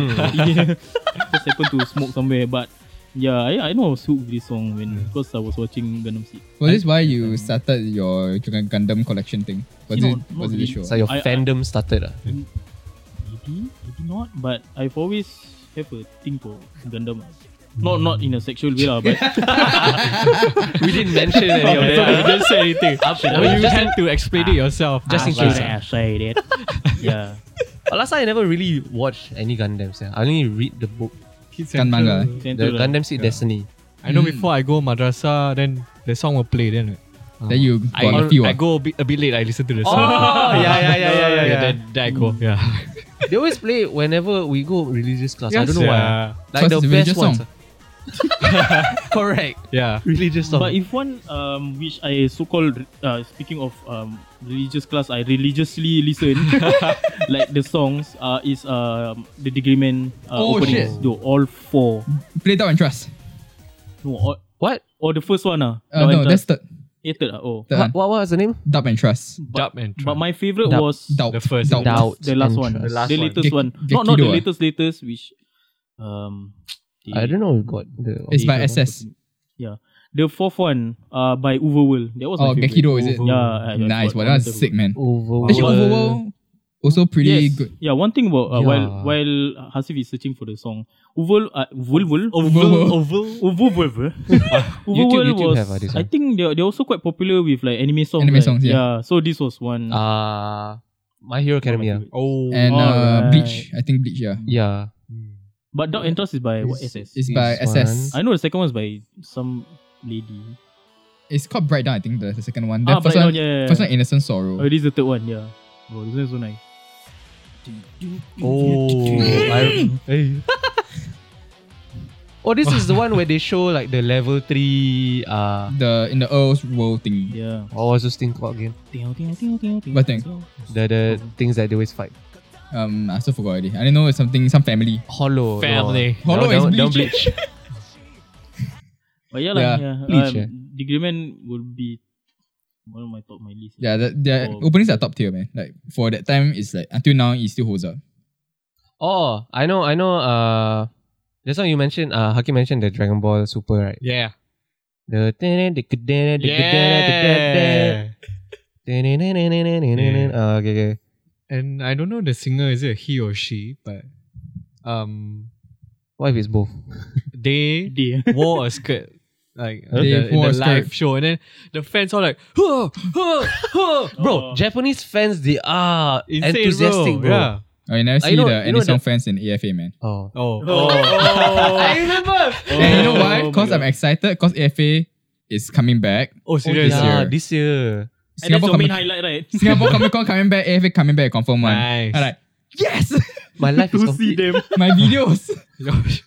F: he just happened to smoke somewhere. But yeah, I, I know I was hooked with this song when because I was watching Gundam Seed.
A: Was this why you started your Gun- Gundam collection thing? Was
F: You
A: it
F: know,
A: was it
F: not really.
A: this show?
D: So your
F: I- I-
D: fandom started ah.
F: Maybe, maybe not. But I've always have a thing for Gundam. ah. Not not in a sexual way lah, but
D: We didn't mention any of
E: So you
D: that.
E: didn't say anything.
D: I
E: Oh,
D: mean,
E: you
D: just-
E: had to explain it yourself.
D: Just in
E: Ah,
D: case.
E: right.
F: I say that. yeah.
D: But last time I never really watched any Gundams. Yeah. I only read the book,
E: Kids
A: Gun
E: Central.
A: manga.
D: the
F: Central lah.
D: Gundam Seed Destiny.
E: I know
A: Mm.
E: before I go madrasah, then the song will play. Then like,
A: Then you
E: I,
A: got a few.
E: I
A: ah.
E: go a bit, a bit late. I listen to the
D: Oh
E: song.
D: yeah yeah yeah yeah yeah. yeah.
E: Then, then I go. Yeah.
D: They always play it whenever we go religious class. I don't know why.
E: yeah.
D: Like
A: Because
D: the
A: it's a
D: best
A: religious
D: ones.
A: song.
D: Correct.
E: Yeah.
D: Religious song.
F: But if one um, which I so called uh, speaking of um, religious class, I religiously listen like the songs uh, is um, the Degree Man uh,
A: Oh,
F: openings.
D: shit.
F: Though all four,
A: Play that one trust.
F: no, all,
D: what?
F: or the first one ah.
A: Uh, no, that's the
F: eh, third ah, oh.
A: third
D: what?
A: one.
D: What was the name?
A: Dub and trust.
E: Dub and
F: But my favorite
D: Doubt.
F: was
A: Doubt.
E: The first.
A: Doubt.
D: Doubt.
F: the last one,
D: and
F: the,
D: Trust.
E: one.
F: latest
A: Gek-
F: one, not not the
A: Gekido ah.
F: latest latest which um. the-
D: I don't know. We got the.
A: It's by SS.
F: The fourth one uh, by Overworld. That was
A: Oh,
F: my favorite.
A: Gekido is it?
E: Overworld.
F: Yeah, I- I
A: Nice.
F: got
A: Well,
F: one
A: that's
F: of them.
A: sick, man.
D: Over.
A: Actually, overall, also pretty
F: yes.
A: good.
F: Yeah, one thing about uh,
D: Yeah.
F: while while Hasif is searching for the song, Uval, uh, Uval,
D: Oh,
F: Uval,
A: Overworld.
F: Uval,
D: YouTube-
F: Uval
D: YouTube
F: was.
D: have, uh, this
F: I
D: one.
F: think they they also quite popular with like anime songs.
A: Anime
F: right?
A: songs, yeah.
F: So this was one.
D: Uh, My Hero Academia.
E: Oh.
A: And uh,
F: Alright.
A: Bleach. I think Bleach, yeah.
D: Yeah.
F: but Dark Entrance is by what SS?
A: It's by
D: This
A: SS.
F: I know the second one is by some lady.
A: It's called Bright Dawn, I think, the, the second one. The
F: ah,
A: first,
F: Black
A: one
F: Dawn, yeah, yeah,
A: first
F: yeah.
A: one, Innocent Sorrow.
F: Oh, this is the third one. Yeah. Oh, this one is so nice.
D: Oh. I- oh, this is the one where they show like the level three. Uh,
A: The In the Earl's World thing.
F: Yeah.
D: what was this thing called again?
A: What thing?
D: The the things that they always fight.
A: Um, I still forgot already. I didn't know it's something, some family.
D: Hollow. the
E: Family.
D: one.
A: Hollow
D: Don't-
A: is
D: don't-
A: Bleach.
D: don't bleach.
F: But yeah, lah,
A: Yeah.
F: yeah.
D: Bleach,
F: um,
D: yeah.
F: Degree Man will be one of my top my list.
A: Yeah, the, their
F: Oh.
A: openings are top tier, man. Like, for that time, it's like, until now, it still holds up.
D: Oh, I know, I know. Uh, that's why you mentioned. Uh, Haki mentioned the Dragon Ball Super, right?
E: Yeah.
D: The
E: Yeah.
D: Uh, okay, okay.
E: And I don't know the singer is it a he or she, but um,
D: What if it's both?
E: they
F: Day.
E: wore a skirt. Like in
A: They
E: the, in
A: wore
E: the
A: a skirt.
E: live show, and then the fans are like, huh, huh, huh.
D: Bro, Japanese fans they are
E: Insane,
D: enthusiastic, bro.
E: Yeah.
A: Oh, you never
D: I
A: see
D: know-
A: the
D: you know
A: any song
D: that-
A: fans in AFA, man.
D: Oh.
E: Oh.
D: I remember.
A: and you know why?
F: Oh my
A: Because I'm excited, because AFA is coming back.
E: Oh, serious.
A: yeah.
D: yeah,
A: year.
D: this year.
F: And that's
A: Singapore
F: your main
A: Comic
F: highlight, right?
A: Singapore Comic Con coming back, AFA coming back, confirm one.
E: Nice.
A: I'm like, yes,
D: My life is
F: to see
D: complete.
F: them.
A: my videos.
E: Gosh.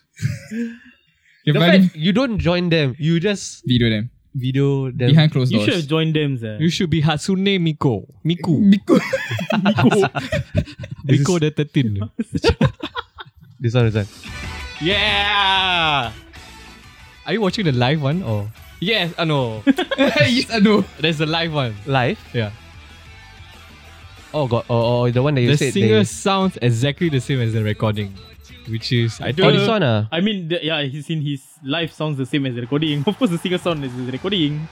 A: You
D: The
A: finally
D: fact you don't join them, you just
A: video them
D: video them.
A: behind closed
F: You should have
A: doors.
F: joined them, sir.
E: You should be Hatsune Miko. Miku.
A: Because
E: Miko the 13.
D: This one, this one.
G: Yeah.
E: Are you watching the live one or? Yes. I know.
A: yes, I know.
E: There's the live one.
D: Live.
E: Yeah.
D: Oh god. Oh, oh the one that you
E: the
D: said.
E: singer
D: they-
E: sounds exactly the same as the recording, which is I
D: Oh,
E: don't.
D: this one ah.
F: I mean, the, yeah, he's in his live sounds the same as the recording. Of course, the singer sound is his recording.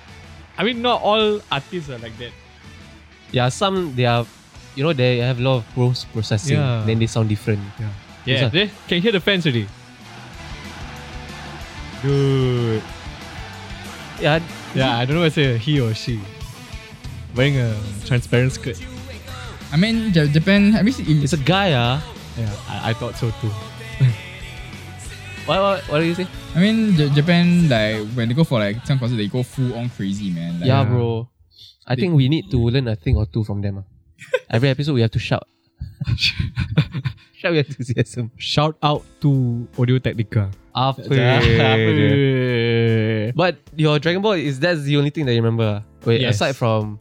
E: I mean, not all artists are like that.
D: Yeah, some they are, you know, they have a lot of post processing.
E: Yeah.
D: Then they sound different.
E: Yeah,
D: This
E: they can hear the fans already. Dude.
D: Yeah,
E: Yeah, I don't know what's a he or she. Wearing a transparent skirt.
A: I mean, Ja- Japan. I mean,
D: it's a guy ah.
E: Yeah, I, I thought so too.
D: What what what do you say?
A: I mean, Ja- Japan. Like when they go for like some concert, they go full on crazy, man. Like,
D: yeah, bro. I think we need to learn a thing or two from them. ah. Every episode we have to shout. shout with enthusiasm.
E: Shout out to Audio Technica.
D: After. but your Dragon Ball is that's the only thing that you remember. ah? Wait,
E: Yes.
D: aside from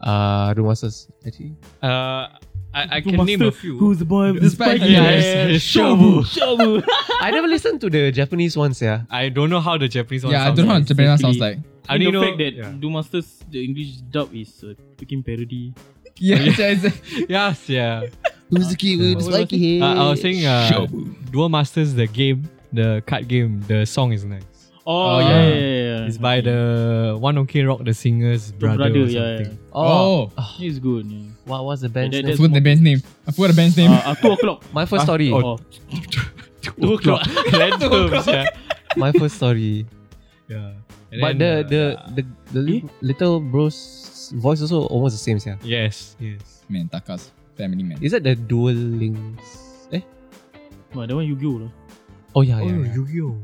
D: uh Dumasa's actually.
E: Uh,
G: I, I
F: to
G: can name a
F: master
G: few.
F: Who's the boy of the
A: Despite
F: spiky
A: yeah,
F: eyes?
G: yeah, yeah.
F: Shobu, Shobu.
D: I never listened to the Japanese ones, yeah.
E: I don't know how the Japanese one
A: yeah, I
E: sounds
A: don't know how
E: like.
A: Japanese sounds like.
F: basically-
E: I
F: And
E: only
F: the
E: know,
F: fact that
E: yeah.
F: Do Masters the English dub is a freaking parody.
A: Yeah, it's- it's-
E: Yes, yeah.
D: Who's the kid
E: with
F: the spiky
E: Uh, I was saying uh, Duel Masters, the game, the card game, the song is nice.
F: Oh,
A: Oh,
F: yeah,
A: yeah.
F: yeah, yeah, yeah.
E: It's by the One OK Rock, the singer's
F: The
E: brother,
F: brother,
E: or
F: yeah,
E: something.
D: Oh,
A: oh,
F: It's good. Yeah.
D: what was the band's
F: Yeah,
A: I
D: name?
F: that-
A: forgot the band's name. I forgot the band's name.
F: Uh, uh, two o'clock.
D: My first story.
F: Oh.
E: Two o'clock. Randoms, yeah.
D: My first story.
E: yeah. And
D: But the
E: then,
D: the
E: uh,
D: the, the li- little bro's voice also almost the same, yeah.
E: yes, yes.
A: man, Takas, Family Man.
D: Is that the dual links? Eh?
F: Wah, that one Yu-Gi-Oh lah.
D: Oh yeah,
E: Oh,
D: yeah. yeah.
E: Yu-Gi-Oh.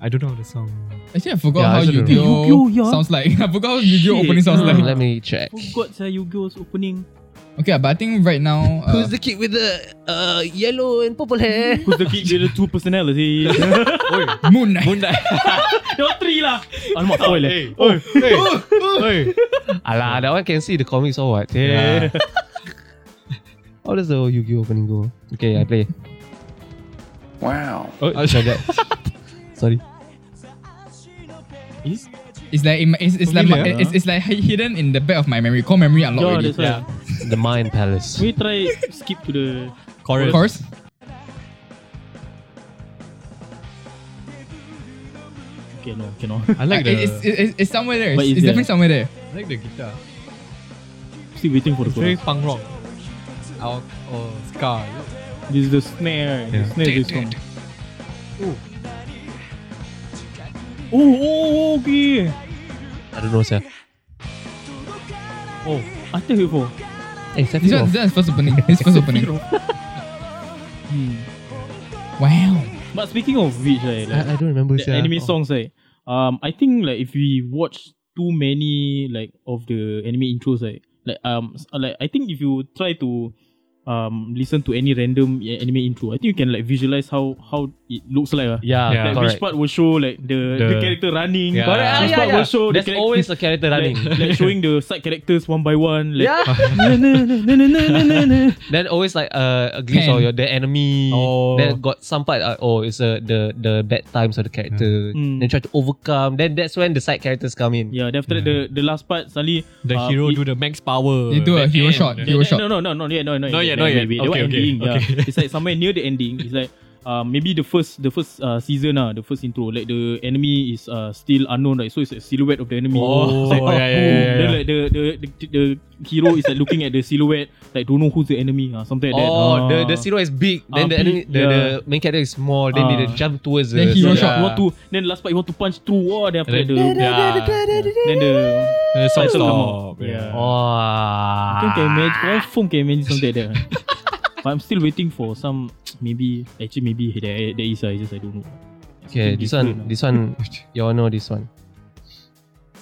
E: I don't know the song.
A: Actually, I forgot
D: Yeah, I
A: how
D: also don't
A: Yu-Gi-Oh,
F: know. Yu-Gi-Oh, yeah.
A: sounds like. I forgot how Yu-Gi-Oh
F: Shit.
A: opening sounds
F: Uh,
D: Let, me,
A: like.
D: let me check.
F: Forgot saya Yu-Gi-Oh's opening.
A: Okay, but I think right now, uh,
D: Who's the kid with the uh, yellow and purple eh? hair?
F: Who's the kid dia ada two lah, personality?
A: Moon Knight.
F: Dia three lah. Alamak, spoil eh.
E: Oi, hey, oi.
D: Alah, that one can see the comics or what? Yeah. How does the Yu-Gi-Oh opening go? Okay, I play.
E: Oh,
D: I'll try that. Sorry.
A: It's like in my- it's, it's like my-
E: Familiar,
A: it's, it's like hi- hidden in the back of my memory. Core memory unlocked already.
F: eh, Yeah, that's right.
D: The Mayan Palace.
F: Can we try skip to the...
A: Of
E: Chorus.
A: course.
F: Okay, no, cannot.
E: I like
A: Uh,
E: the,
A: it- it's, it- it's, it's somewhere there.
F: But
A: It's,
F: it's
A: it's
F: there.
A: definitely somewhere there.
E: I like the guitar.
F: Still waiting for the
E: It's very
F: chorus.
E: punk rock. Our, oh, Scar.
F: This is the snare. The
E: Yeah.
F: snare is this song. Oh. Oh, oh, okay.
D: I don't know, sir.
F: Oh, I tell you before.
D: Hey, Seth,
A: This
D: you
A: one,
D: off.
A: this one's first opening. His first opening.
F: Hmm.
A: Wow.
F: But speaking of which, right, like,
D: I, I don't remember,
F: the
D: sir.
F: anime
D: Oh.
F: songs, right, um, I think like if we watch too many like of the anime intros, right, like um, s- like I think if you try to um listen to any random a- anime intro, I think you can like visualize how how it looks like. ah.
D: Yeah,
E: Yeah.
F: Like
D: correct.
F: which part will show like the the,
E: The-
F: character running.
E: Yeah.
D: Correct, ah,
F: Which
D: yeah,
F: part will
D: yeah.
F: show
D: There's
F: the character
D: always a character running.
F: Like, like showing the side characters one by one. Like,
D: yeah.
F: na, na, na, na, na, na, na, na.
D: Then always like uh, a glimpse
A: Pen.
D: of your the enemy.
E: Oh.
D: Then got some part. Uh, oh, it's uh, the the bad times of the character.
F: Mm.
D: Then try to overcome. Then that's when the side characters come in.
F: Yeah, then after that, the, the last part suddenly
E: The
F: uh,
E: hero
F: it-
E: do the max power.
A: They do a
E: Then
A: hero
E: end.
A: shot.
E: Then-
A: Hero
F: No,
A: shot.
F: No, no, no, no, yeah, no, no,
E: Not
F: yeah,
E: yet, not yet.
F: Maybe.
E: Okay,
F: the
E: okay,
F: ending,
E: okay.
F: yeah. it's like somewhere near the ending. It's like uh, maybe the first, the first uh, season ah, the first intro. Like the enemy is uh, still unknown, right? So it's a silhouette of the enemy.
E: Oh,
F: It's like,
E: yeah, yeah,
F: boom.
E: yeah, yeah.
F: Then like the the, the the hero is like looking at the silhouette, like don't know who's the enemy, ah, something like that.
D: Oh, the
F: Ah.
D: the zero is big. Then
F: Ah,
D: the
F: big,
D: enemy, the, the main character is small. Then they,
F: Ah.
D: they jump towards
A: Then
D: the.
A: hero
D: zero.
F: Yeah,
A: shot.
F: you want to then last part you want to punch through. Oh, then after that, the
E: Yeah.
F: then the
E: Then the song
F: title come out.
E: stop.
F: Yeah.
D: Oh.
F: I think can imagine. All film can imagine something like that. but I'm still waiting for some. Maybe actually maybe there there is. ah, I just I don't know.
D: Okay, this one, this one, you all know this one.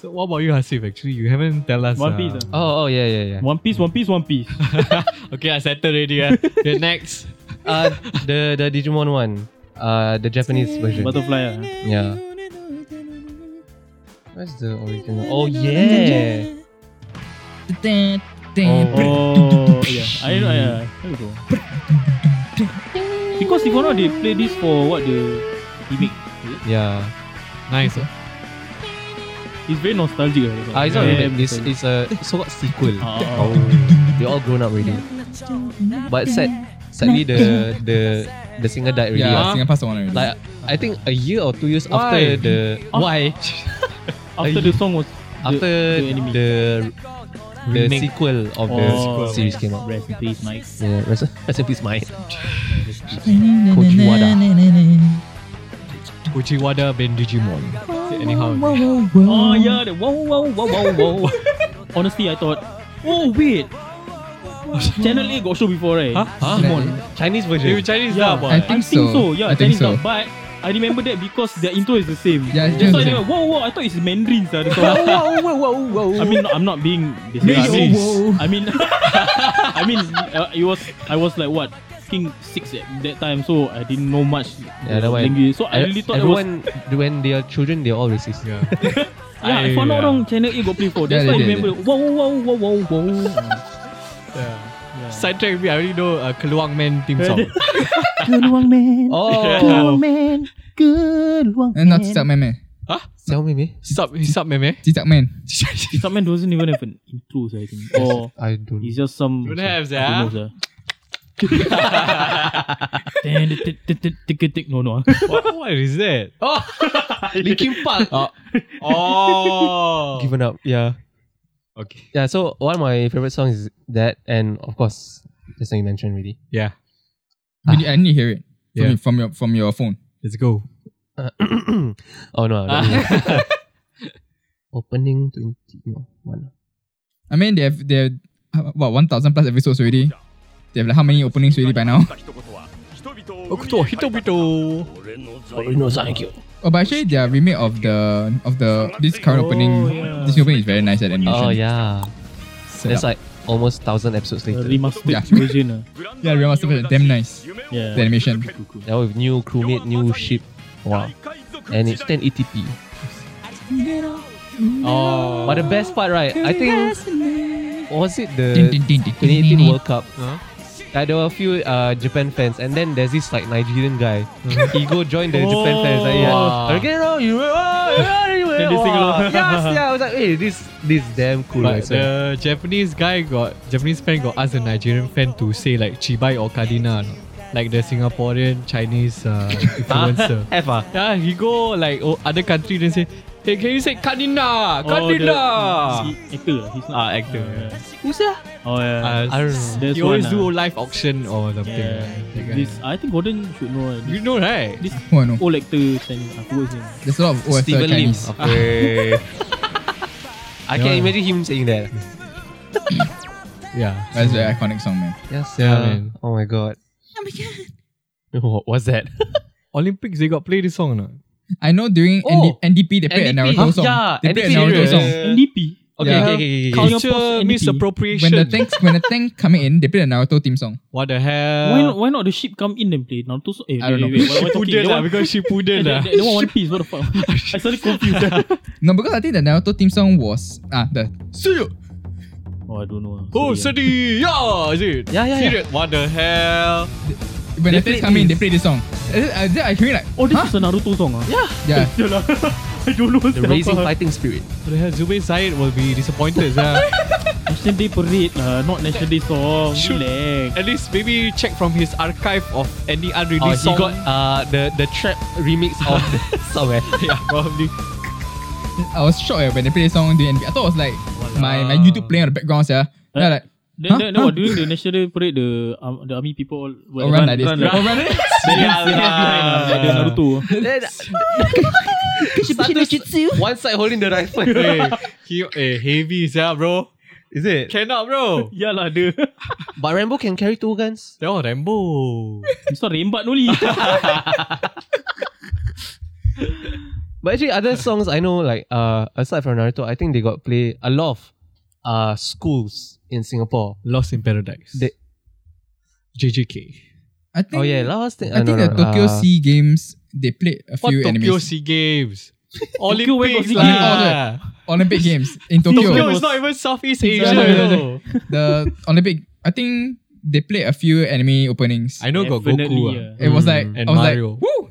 E: So what about you, Hasif? Actually, you haven't tell us.
F: One
E: uh,
F: Piece, ah.
D: Oh, oh yeah, yeah, yeah.
F: One Piece, One Piece, One Piece.
E: Okay, I settled already. Uh. the next.
D: Uh, the the Digimon one. Uh, the Japanese version.
F: Butterfly. ah.
D: Yeah. What's the original? Oh yeah.
F: Oh yeah, I know. Yeah, I know. Because if not, they play this for what the remake.
D: Yeah.
E: Nice. Uh.
F: It's very nostalgic.
D: Ah, it's not
F: Yeah,
D: remake. This
F: nostalgic.
D: is a so called sequel.
F: Ah, ah,
D: Oh. They all grown up already. But sad, sadly the the the singer died already.
A: Yeah,
D: ah.
A: Singapore on already.
D: Like I think a year or two years
E: Why?
D: after the why
F: after
D: I-
F: the song was
D: after
F: the
D: the
F: enemy.
D: the,
E: Remake.
D: sequel of the
F: Oh.
D: series came out.
F: Rest in peace, Mike.
D: Yeah, rest, rest in peace, Mike. Coach Wada.
E: Uchiwada Ben Digimon. Say anyhow.
F: Oh yeah, the wow wow wow wow wow. Honestly, I thought, oh wait, Channel A got show before, right?
E: Huh? Huh?
D: Chinese
E: You
D: version.
E: Chinese lah,
F: Yeah.
E: boy.
A: I think,
F: I think so. Yeah,
A: I think
F: Chinese
A: so.
F: dub, but I remember that because their intro is the same.
A: Yeah, it's
F: That's
A: just
F: why
A: the
F: they
A: same.
F: were, whoa, whoa, I thought it's Mandarin. Sir, the song. I mean, I'm not being. This I mean, I mean, I mean, uh, it was. I was like what, fucking six at that time, so I didn't know much
D: Yeah, that why-
F: language. So I really thought it was.
D: everyone when they are children they are all racist.
E: Yeah.
F: Yeah, if I'm not wrong, Channel A got play for.
A: Yeah,
F: That's
A: they
F: why I
A: did,
F: remember. Wow, wow, wow, wow, wow.
E: Yeah. Sidetrack me. I already know uh, Keluang Man theme song.
C: Good one, man.
D: Oh,
C: man. Good one,
A: And not Cicak Eh, Man, man.
D: tell me, me.
E: sub, sub meme.
A: Cicak Man.
F: Some man doesn't even have an intro, so I think. Or
D: I don't.
F: it's just some.
G: Don't have,
F: I don't know, sir. Then the tick, tick, tick, tick, tick, tick. No, no.
E: what, what is that?
D: Linkin Park.
E: Ah.
G: Oh.
D: Given up. Yeah.
E: Okay.
D: Yeah. So one of my favorite songs is that, and of course, just now you mentioned really.
E: Yeah.
A: We need- I need to hear it. From,
E: Yeah.
A: your- from your from your phone.
E: Let's go.
D: oh no. I don't know. Opening twenty no one.
A: I mean, they have they have uh, what one thousand plus episodes already. They have like how many openings already by now?
E: Oh, 僕と人々。
D: no, thank you.
A: Oh, but actually, their remake of the of the this current opening,
F: yeah.
A: this opening is very nice at animation.
D: Oh yeah.
A: Set
D: That's
A: up.
D: like almost thousand episodes
F: A
D: later.
F: remastered
A: Yeah.
F: version. ah.
A: yeah, remastered version, damn nice.
F: Yeah.
A: The animation.
D: Now with new crewmate, new ship. Wow. And it's E 10 ATP.
E: Oh.
D: But the best part, right? I think was it
A: Din,
D: the
A: din, din, din, din, din, din.
D: 2018 World Cup. Uh, there were a few uh, Japan fans, and then there's this like Nigerian guy. he go join the Japan fans. Like, yeah,
E: Oh. Wow.
D: okay, no, you were, oh, yeah, you were,
F: Then they sing
D: wow.
F: along.
D: yes, yeah. I was like, hey, this this damn cool.
E: But
D: Like, so.
E: the Japanese guy got Japanese fan got asked the Nigerian fan to say like Chibai or Kadina, no? like the Singaporean Chinese uh, influencer.
D: F ah.
E: yeah, he go like oh, other country then say, hey, can you say Kadina, Kadina?
F: he- actor. ah, He's not.
E: ah, actor. yeah.
D: Who's that?
F: Oh yeah.
E: Uh,
D: I don't know.
F: There's
E: he always
F: one,
E: do
F: ah.
E: live auction or something.
F: Yeah.
E: right? That guy.
F: This I think Gordon should know. ah,
E: you
F: This
E: know right?
F: this
A: Oh, I know.
F: old actor Chinese. I forgot his name.
A: There's a lot of OSL
D: Steven Lim.
A: Chinese.
D: Okay. I can
E: Yeah.
D: imagine him saying that.
E: Yeah.
A: That's a very iconic song, man.
D: Yes,
E: Yeah,
D: yeah.
E: man.
D: Oh my god. Oh my god. What was that?
E: Olympics they got play this song or not?
A: I know during
D: Oh,
A: ND, NDP they played a
D: NDP.
A: Naruto
D: Huh?
A: song.
D: Yeah,
A: they played a
D: NDP
A: Naruto
D: did,
A: song.
D: yeah.
F: NDP.
D: Okay,
A: Yeah.
D: okay, okay, okay, okay.
F: Culture
E: Culture
F: NDP.
E: misappropriation.
A: When the tanks when the tank coming in, they played a Naruto theme song.
E: what the
F: Why
E: hell?
F: not, why not the ship come in and play Naruto? So, eh,
A: I don't know.
F: wait, wait, wait, why- why talking?
E: Shippuden
F: They
E: lah
F: want-
E: because Shippuden
F: they-
E: lah.
F: they- they want One Piece. What the fuck? I started confused.
A: No, because I think the Naruto theme song was ah the
E: Serious?
F: oh, I don't know. ah.
E: Oh,
F: Sorry,
E: sedih. Yeah, is it?
D: Yeah, yeah, yeah.
E: Serious. What the hell?
A: when the tanks
D: They played
A: come in,
D: this.
A: they played this song. And then I, then I hear like
F: ah. Oh, this is a Naruto song. Ah. Yeah.
A: yeah.
F: I don't know.
D: The raising fighting spirit.
E: What the hell? Zubay Syed will be disappointed. yeah.
F: National Day Parade lah, not National Day song.
E: Shoot.
F: Relax.
E: At least maybe check from his archive of any unreleased
D: Oh, he
E: song.
D: got uh, the the trap remix of the song. Eh.
E: yeah, probably.
A: I was shocked eh, when they played this song during NDP. I thought it was like my, my YouTube playing on the background, yeah. Then I like Huh?
F: Then, then, then
A: Huh?
F: what, during the National Day Parade, the um, the army people all
A: oh, run, like this. oh, run like this.
F: Then yeah, yeah, behind ah, like the Naruto.
D: Then, Status- one side holding the rifle.
E: hey, he, eh, heavy is yeah, bro.
D: Is it?
E: Cannot, bro.
F: Yeah lah, the
D: But Rambo can carry two guns.
E: That was Rambo.
F: It's not rembat only.
D: But actually, other songs I know, like uh, aside from Naruto, I think they got play a lot of uh schools in Singapore.
E: Lost in Paradise.
D: The-
E: JJK.
A: I think
D: Oh yeah, last thing.
A: I think the Tokyo
D: uh,
A: Sea Games they played a
E: What
A: few
E: Tokyo
A: animes.
E: Sea Games?
F: Tokyo where got
E: Olympics
F: sea
E: lah.
A: games? Olympic Games in Tokyo.
E: Tokyo is not even Southeast Asia.
A: no, no,
E: bro.
A: the Olympic. I think they played a few anime openings.
E: I know got
F: Definitely,
E: Goku.
F: yeah.
E: ah.
A: it was like
E: And
A: I was
E: Mario.
A: like, woo!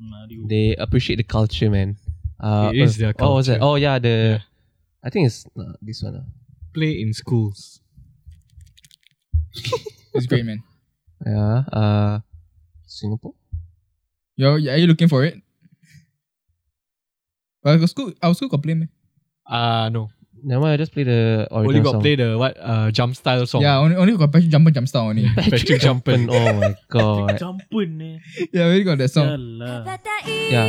F: Mario.
D: They appreciate the culture, man. Uh,
E: It is their
D: Oh, was that?
E: culture.
D: Oh yeah, the. I think it's uh, this one. Uh.
E: Play in schools.
A: It's great, man.
D: Yeah. Uh, Singapore.
A: Yo, are you looking for it? Well, our school, our school got play, man.
E: Ah, uh, no.
D: Never mind. I just play the
E: Only
D: original
E: got
D: song.
E: play the what uh, jump style song.
A: Yeah, only only got Patrick Jumper Jump Star only.
E: Patrick
D: Jumpin',
E: Jumpin.
D: Oh my god.
F: Jumpin eh.
A: yeah, we only got that song.
F: Alah.
D: Yeah.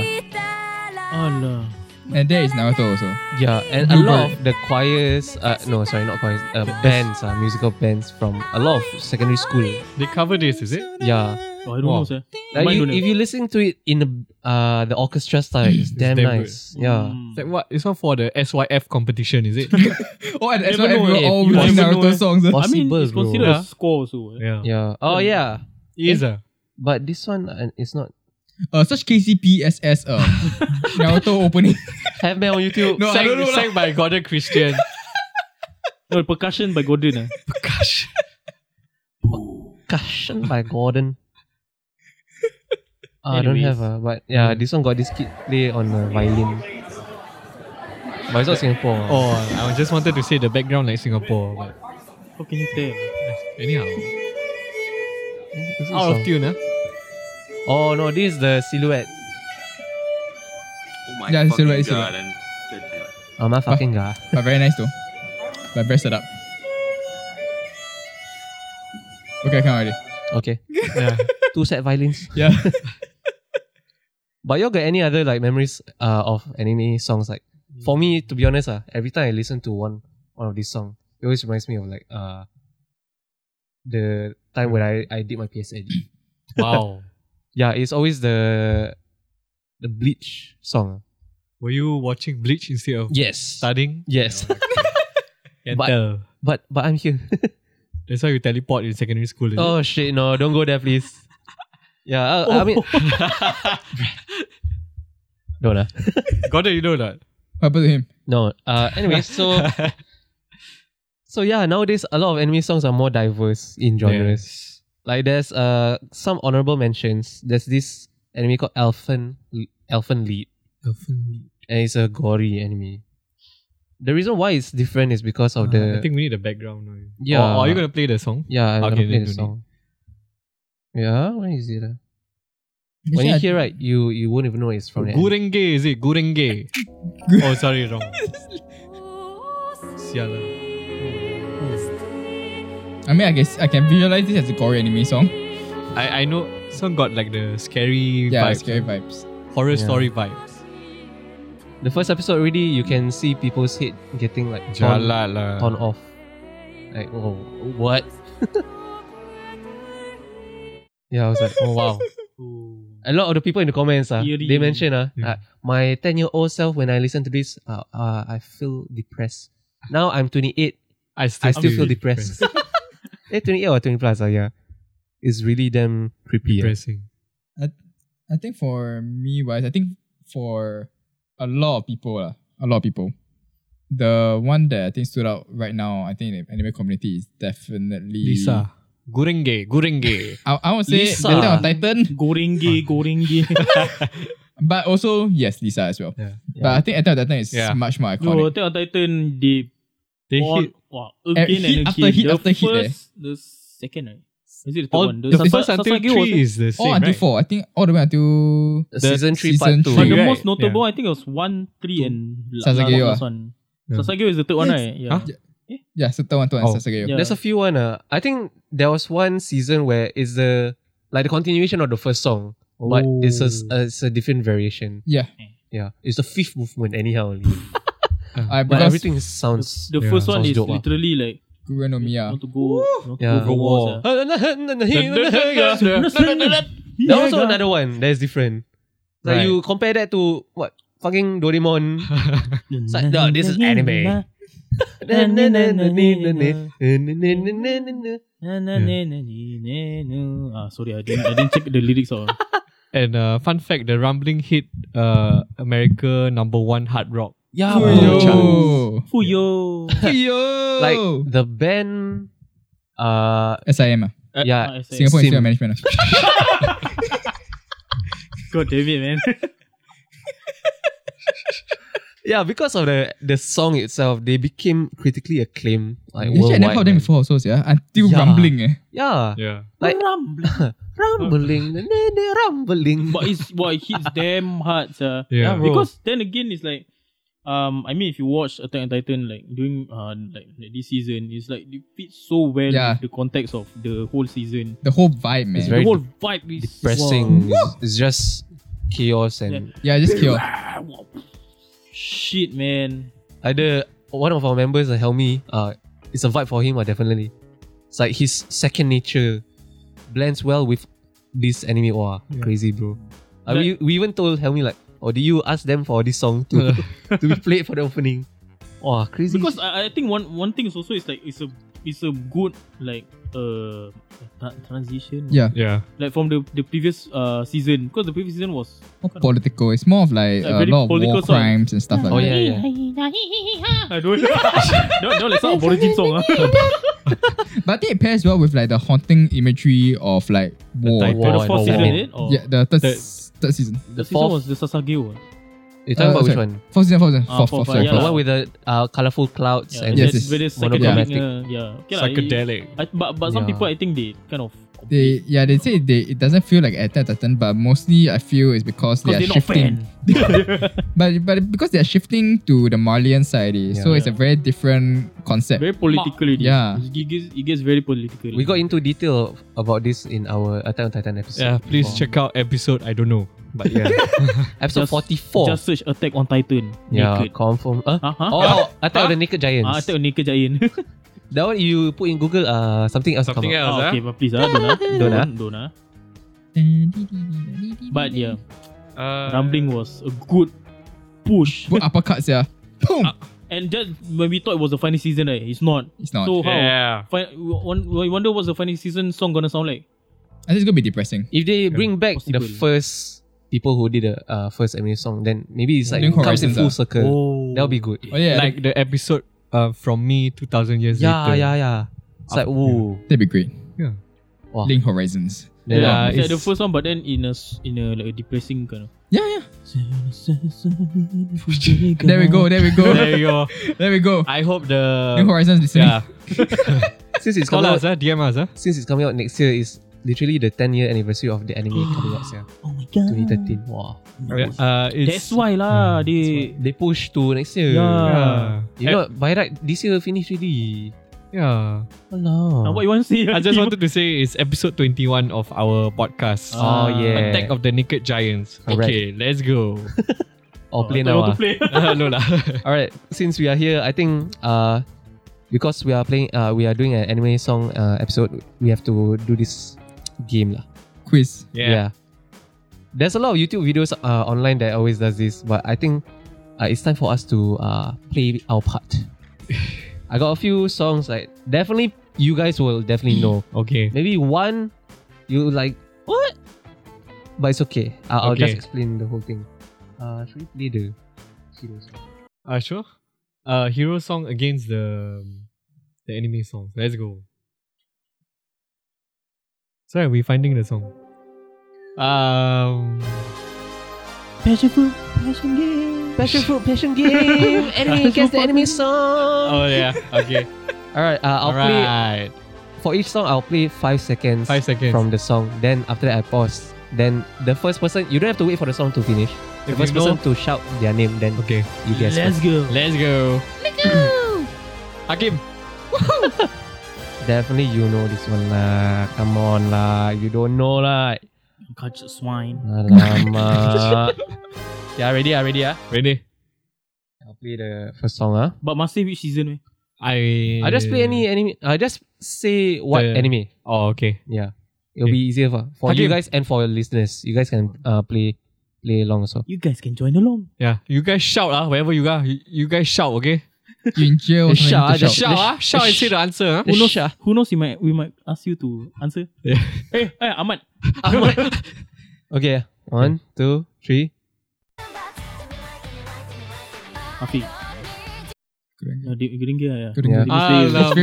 F: Alah.
A: And there is Naruto also.
D: Yeah. And a lot of the choirs. Uh, no, sorry, not choirs. Uh, bands. Uh, musical bands from a lot of secondary school.
E: They cover this, is it?
D: Yeah.
F: Oh, I don't
E: Wow.
F: know, sir.
D: Like
F: Mine
D: you,
F: don't have.
D: if you listen to it in the uh the orchestra style, it's damn,
E: damn
D: nice. Yeah.
F: Mm.
E: It's like what? It's not for the SYF competition, is it?
A: Oh, and as
F: Never
A: well, we
F: know,
A: were
F: eh.
A: all
F: You
A: singing
F: never know,
A: Naruto
F: eh.
A: songs.
D: What?
F: I mean,
D: Possible,
F: it's
D: bro.
F: considered
E: Yeah.
F: a score, so. eh.
E: yeah.
D: Yeah. Oh yeah.
E: Is ah.
D: But this one uh, it's not.
A: Uh, search KCPSS uh, Naruto opening.
D: Have me on YouTube.
A: No, I
E: sang,
A: don't know. lah.
E: sang by Gordon Christian.
F: No, percussion by Gordon. eh.
E: Gosh.
D: discussion by Gordon. Ah, I don't
F: Anyways.
D: have a, but yeah, this one got this kid play on the violin. But it's not Singapore.
E: Oh, I just wanted to say the background like Singapore, but
F: How can you tell?
E: anyhow,
D: Is it
E: out
D: song?
E: of tune, ah. huh?
D: Oh no, this is the silhouette.
H: Oh my
A: Yeah, it's
H: fucking
A: alright, it's
H: god. eh. and-
A: alright.
D: Oh my fucking god.
A: But very nice though. But very set up. Okay, I can't already.
D: Okay.
E: Yeah.
D: Two set violins.
A: Yeah.
D: But you all got any other like memories uh, of anime songs? Like for me, to be honest, uh, every time I listen to one one of these songs, it always reminds me of like uh the time when I, I did my PSLE.
E: Wow.
D: Yeah, it's always the the bleach song.
E: Were you watching Bleach instead of
D: Yes.
E: studying?
D: Yes.
E: Can
D: But-
E: tell.
D: but but I'm here.
E: That's how you teleport in secondary school. is it?
D: oh shit, no, don't go there please. Yeah, I, I mean Don't uh.
E: Got it, you know that.
A: What happened to him?
D: No. Uh anyway, so So yeah, nowadays a lot of anime songs are more diverse in genres. Like there's uh some honorable mentions. There's this anime called Elfen Elfen Lead. And it's a gory anime. The reason why it's different is because of the
E: Uh, I think we need the background noise.
D: Yeah.
E: Or, or are you gonna play the song?
D: Yeah, I'm
E: Okay,
D: gonna play
E: then
D: the
E: don't
D: song. Yeah, when is it? ah? When you hear right, you you won't even know it's from the anime.
E: Gurenge is it? Gurenge. oh, sorry, wrong. Siala.
A: I mean, I guess I can visualize this as a gory anime song.
E: I I know song got like the scary
A: Yeah,
F: eh.
E: vibes,
A: scary vibes.
E: horror
D: Yeah.
E: story vibes.
D: The first episode already, you can see people's head getting like torn,
E: Jalan lah.
D: torn off. Uh, Like oh what? yeah, I was like oh wow. A lot of the people in the comments ah,
F: Eerie.
D: they mention ah,
E: Yeah.
D: ah, my ten year old self when I listen to this ah, ah, I feel depressed. Now I'm twenty eight.
E: I
D: I
E: still,
D: still feel depressed. eh, 28 or 20 plus, uh, yeah. It's really damn creepy. eh.
E: Depressing.
A: I think for me wise, I think for a lot of people, lah, a lot of people, the one that I think stood out right now, I think in the anime community is definitely
E: Lisa. Gurenge, Gurenge.
A: I, I would say
D: Lisa.
A: Attack on Titan,
F: Gorenge, Gorenge.
A: but also yes, Lisa as well.
E: Yeah.
A: But I think Attack on Titan is
E: Yeah.
A: much more
F: no,
A: iconic.
F: Attack on Titan, they
E: They
F: on,
E: hit
F: wow, again
A: hit
F: and
A: after
F: again.
A: hit
F: the
A: after hit, eh.
F: first, the second, right? Is it the third
E: all
F: one?
E: the
F: Sasa-
E: first until
F: Sasage was
E: three is the same,
A: All Oh, until
E: right?
A: four. I think all the way until
D: season 3
A: season
D: part 2.
F: But the
E: Right,
F: most
E: yeah.
F: notable, I think, was one, three, and la-
A: Sasage
F: la-
A: Yo,
F: last
A: ah.
F: one.
E: Yeah.
F: Sasage is the third one,
A: Yes.
F: right? Yeah.
E: Huh?
A: yeah, Sutta One Two and
E: Oh.
A: Sasageo.
F: Yeah.
D: There's a few one. Uh, I think there was one season where it's the like the continuation of the first song, but it's a, s- uh, it's a different variation.
A: Yeah,
D: Yeah, it's the fifth movement anyhow. only.
A: I
D: but
A: because
D: everything sounds.
F: The
E: Yeah,
F: first one
D: sounds
F: is
D: dope, ah.
F: literally like
A: Guru no Miya.
F: not to go, not to
D: Yeah.
F: go for wars.
A: Uh,
F: ah.
D: that was also another one that is different. Like
E: Right.
D: you compare that to what fucking Doraemon. It's like, no, this is anime.
F: Ah, sorry, I didn't, I didn't check the lyrics. Or
E: And uh, fun fact, the Rumbling hit uh, America number one hard rock.
D: Yeah,
E: Oh,
D: bro.
A: Yo,
F: Fuyo.
A: yo,
D: like the band uh
A: SIM, ah.
D: yeah
A: Singapore Institute
D: Sim.
A: of Management. ah.
F: God damn it, man.
D: yeah because of the the song itself they became critically acclaimed
A: Actually, I
D: like worldwide
A: never heard of them
D: man.
A: before also, yeah. Until
D: Yeah.
A: Rumbling, eh.
D: yeah
E: Yeah.
D: Like-
F: Ram.
D: rumbling the- the- the rumbling
F: But it's what it hits damn hard, sir.
E: Yeah.
D: bro.
F: Because then again, it's like, um, I mean, if you watch Attack on Titan, like during uh, like, like this season, it's like it fits so well
A: Yeah.
F: with the context of the whole season.
A: The whole vibe, man.
D: It's very
F: the whole vibe is
D: depressing it's, it's just chaos and
A: yeah, just kill.
F: Wow. Shit, man.
D: either one of our members uh, Helmi uh it's a vibe for him uh, definitely it's like his second nature blends well with this anime oh crazy bro uh, we, we even told Helmi like or did you ask them for this song to to be played for the opening oh crazy
F: because I, I think one one thing is also is like it's a it's a good like uh tra- transition
A: Yeah.
E: Yeah.
F: like from the the previous uh season because the previous season was
A: More political. It's more of like
F: Like
A: a
F: very
A: lot of
F: political
A: war
F: song.
A: crimes and stuff like
D: oh
A: that.
D: yeah yeah
F: I don't don't don't like some origin song ah.
A: But I think it pairs well with like the haunting imagery of like war.
E: title.
F: But
D: War
F: the
D: and
F: fourth
D: War.
F: season, is it? Or
A: Yeah, the third,
E: Third.
A: third season.
D: The
F: the season
D: fourth.
F: was the Sasage one.
D: You're talking
A: Uh,
D: about which
A: sorry.
D: one?
A: Fourth season, fourth season,
F: Ah,
A: fourth,
F: fourth,
A: fourth,
F: ah,
A: sorry,
F: yeah
D: The
A: fourth.
D: one with the uh, colorful clouds
F: Yeah,
D: and
A: Yes,
F: that-
A: yes.
F: very psychedelic.
D: Monochromatic.
F: Uh, yeah, okay lah, it-
E: Psychedelic.
F: I, but but some
D: Yeah.
F: people I think they kind of
A: They yeah they say they it doesn't feel like Attack on Titan, but mostly I feel it's because they are
F: because they're not
A: shifting.
F: fan.
A: But but because they are shifting to the Marlian side, eh, so
D: Yeah.
A: it's a very different concept.
F: Very political. it is.
A: Yeah.
F: it gets, it gets very political.
D: We got into detail about this in our Attack on Titan episode.
E: Yeah, please
D: before.
E: check out episode I don't know.
D: But yeah, episode
F: Just-
D: forty-four.
F: Just search Attack on Titan.
D: yeah, Ya,
F: Naked.
D: confirm. Huh?
F: Huh? Huh?
D: Oh, Attack
F: Huh?
D: on the Naked Giants.
F: Ah, Attack on Naked Giant.
D: That one you put in Google, uh, something else
G: Something
D: come
G: else, ah.
F: Ah, okay, but please, ah, don't, ah.
D: Don't, ah.
F: don't, don't, ah. But yeah,
G: Uh,
F: Rumbling was a good push.
A: Good uppercuts, yeah. Boom.
F: Ah, And just when we thought it was the final season, right? It's not.
A: it's not.
F: So how?
G: Yeah.
F: Fin- won- we wonder what's the final season song gonna sound like.
A: I think it's gonna be depressing.
D: If they bring back the
F: possible.
D: first people who did the uh, first anime song, then maybe it's like
A: Doing
D: comes in
A: Horizons,
D: full
A: ah.
D: circle.
E: Oh,
D: That'll be good.
A: Oh yeah,
E: like the episode uh, from me 2000 years
D: Yeah,
E: later.
D: yeah, yeah. It's like, ooh.
A: that'd be great.
E: Yeah.
D: Wow.
A: Link Horizons.
D: Then, uh,
E: Yeah,
F: it's like the
E: lah, it's-
F: first one, but then in a s- in a like a depressing kind of.
A: Yeah, yeah. There we go. There we go.
E: There you go.
A: there we go.
E: I hope
F: uh,
A: Link
E: the.
A: Horizons listening.
E: Yeah.
D: since it's
E: Call
D: coming out,
E: us, uh, DM us. Uh.
D: since it's coming out next year, is literally the 10 year anniversary of the anime coming out. Yeah,
C: Oh my god.
D: 2013. Wow.
E: Uh, it's, Hmm,
F: That's why lah. They
D: They push to next year.
F: yeah.
E: Yeah.
D: You know, by right, this year finish already.
E: Yeah.
F: Ah,
D: Alah.
F: what you want to say?
E: I just wanted to say it's episode 21 of our podcast.
D: Oh, yeah.
E: Attack of the Naked Giants.
D: Correct.
E: Okay, let's go.
D: Or play
F: I
D: now.
F: want
D: ah.
F: to play.
E: Uh, no lah.
D: All right, since we are here, I think uh, because we are playing, uh, we are doing an anime song uh, episode. We have to do this game lah.
A: Quiz.
E: Yeah.
D: There's a lot of YouTube videos uh, online that always does this, but I think uh, it's time for us to uh, play our part. I got a few songs like definitely you guys will definitely know.
E: Okay.
D: Maybe one you like what, but it's okay. Uh, I'll just
E: Okay.
D: explain the whole thing. Uh, should we play the hero song?
E: Uh, sure. Uh, hero song against the the anime song. Let's go. Sorry, we finding the song. Um,
F: Passion fruit, passion game.
D: Passion fruit, passion game. Anime against the anime song.
E: oh yeah. Okay.
D: All right, uh, I'll play
E: Alright.
D: for each song. I'll play five seconds,
E: Five seconds.
D: from the song. Then after that, I pause. Then the first person, you don't have to wait for the song to finish. The
E: If
D: first
E: you know-
D: person to shout their name, then
E: Okay.
D: you guess.
F: Let's
D: first.
F: go.
E: Let's go. Hakim.
D: Definitely, you know this one lah. Come on lah, you don't know lah.
F: Catch a swine.
D: Alamak. yeah, ready, ah, ready, ah.
E: Ready?
D: I'll play the first song, ah.
F: But must say which season? Eh?
E: I.
D: I just play any anime. I just say what
E: The-
D: anime.
E: Oh okay.
D: Yeah, it'll be easier for, for you
E: Hakim.
D: guys and for your listeners. You guys can uh, play play along also.
F: You guys can join along.
E: Yeah. You guys shout ah wherever you are. You, you guys shout okay.
A: You in jail or
D: Just
A: something?
D: shout,
A: you
D: just
A: need to
E: Shout ah. Shout and
D: sh-
E: say the answer. ah.
D: Who knows?
F: Who knows? We might we might ask you to answer.
E: Yeah.
F: Eh, hey, Ahmad.
D: Okay, one, two, three.
F: Afiq.
A: Gerengga.
F: No, they- Gerengga ya.
A: Gerengga.
F: Yeah.
A: Eh,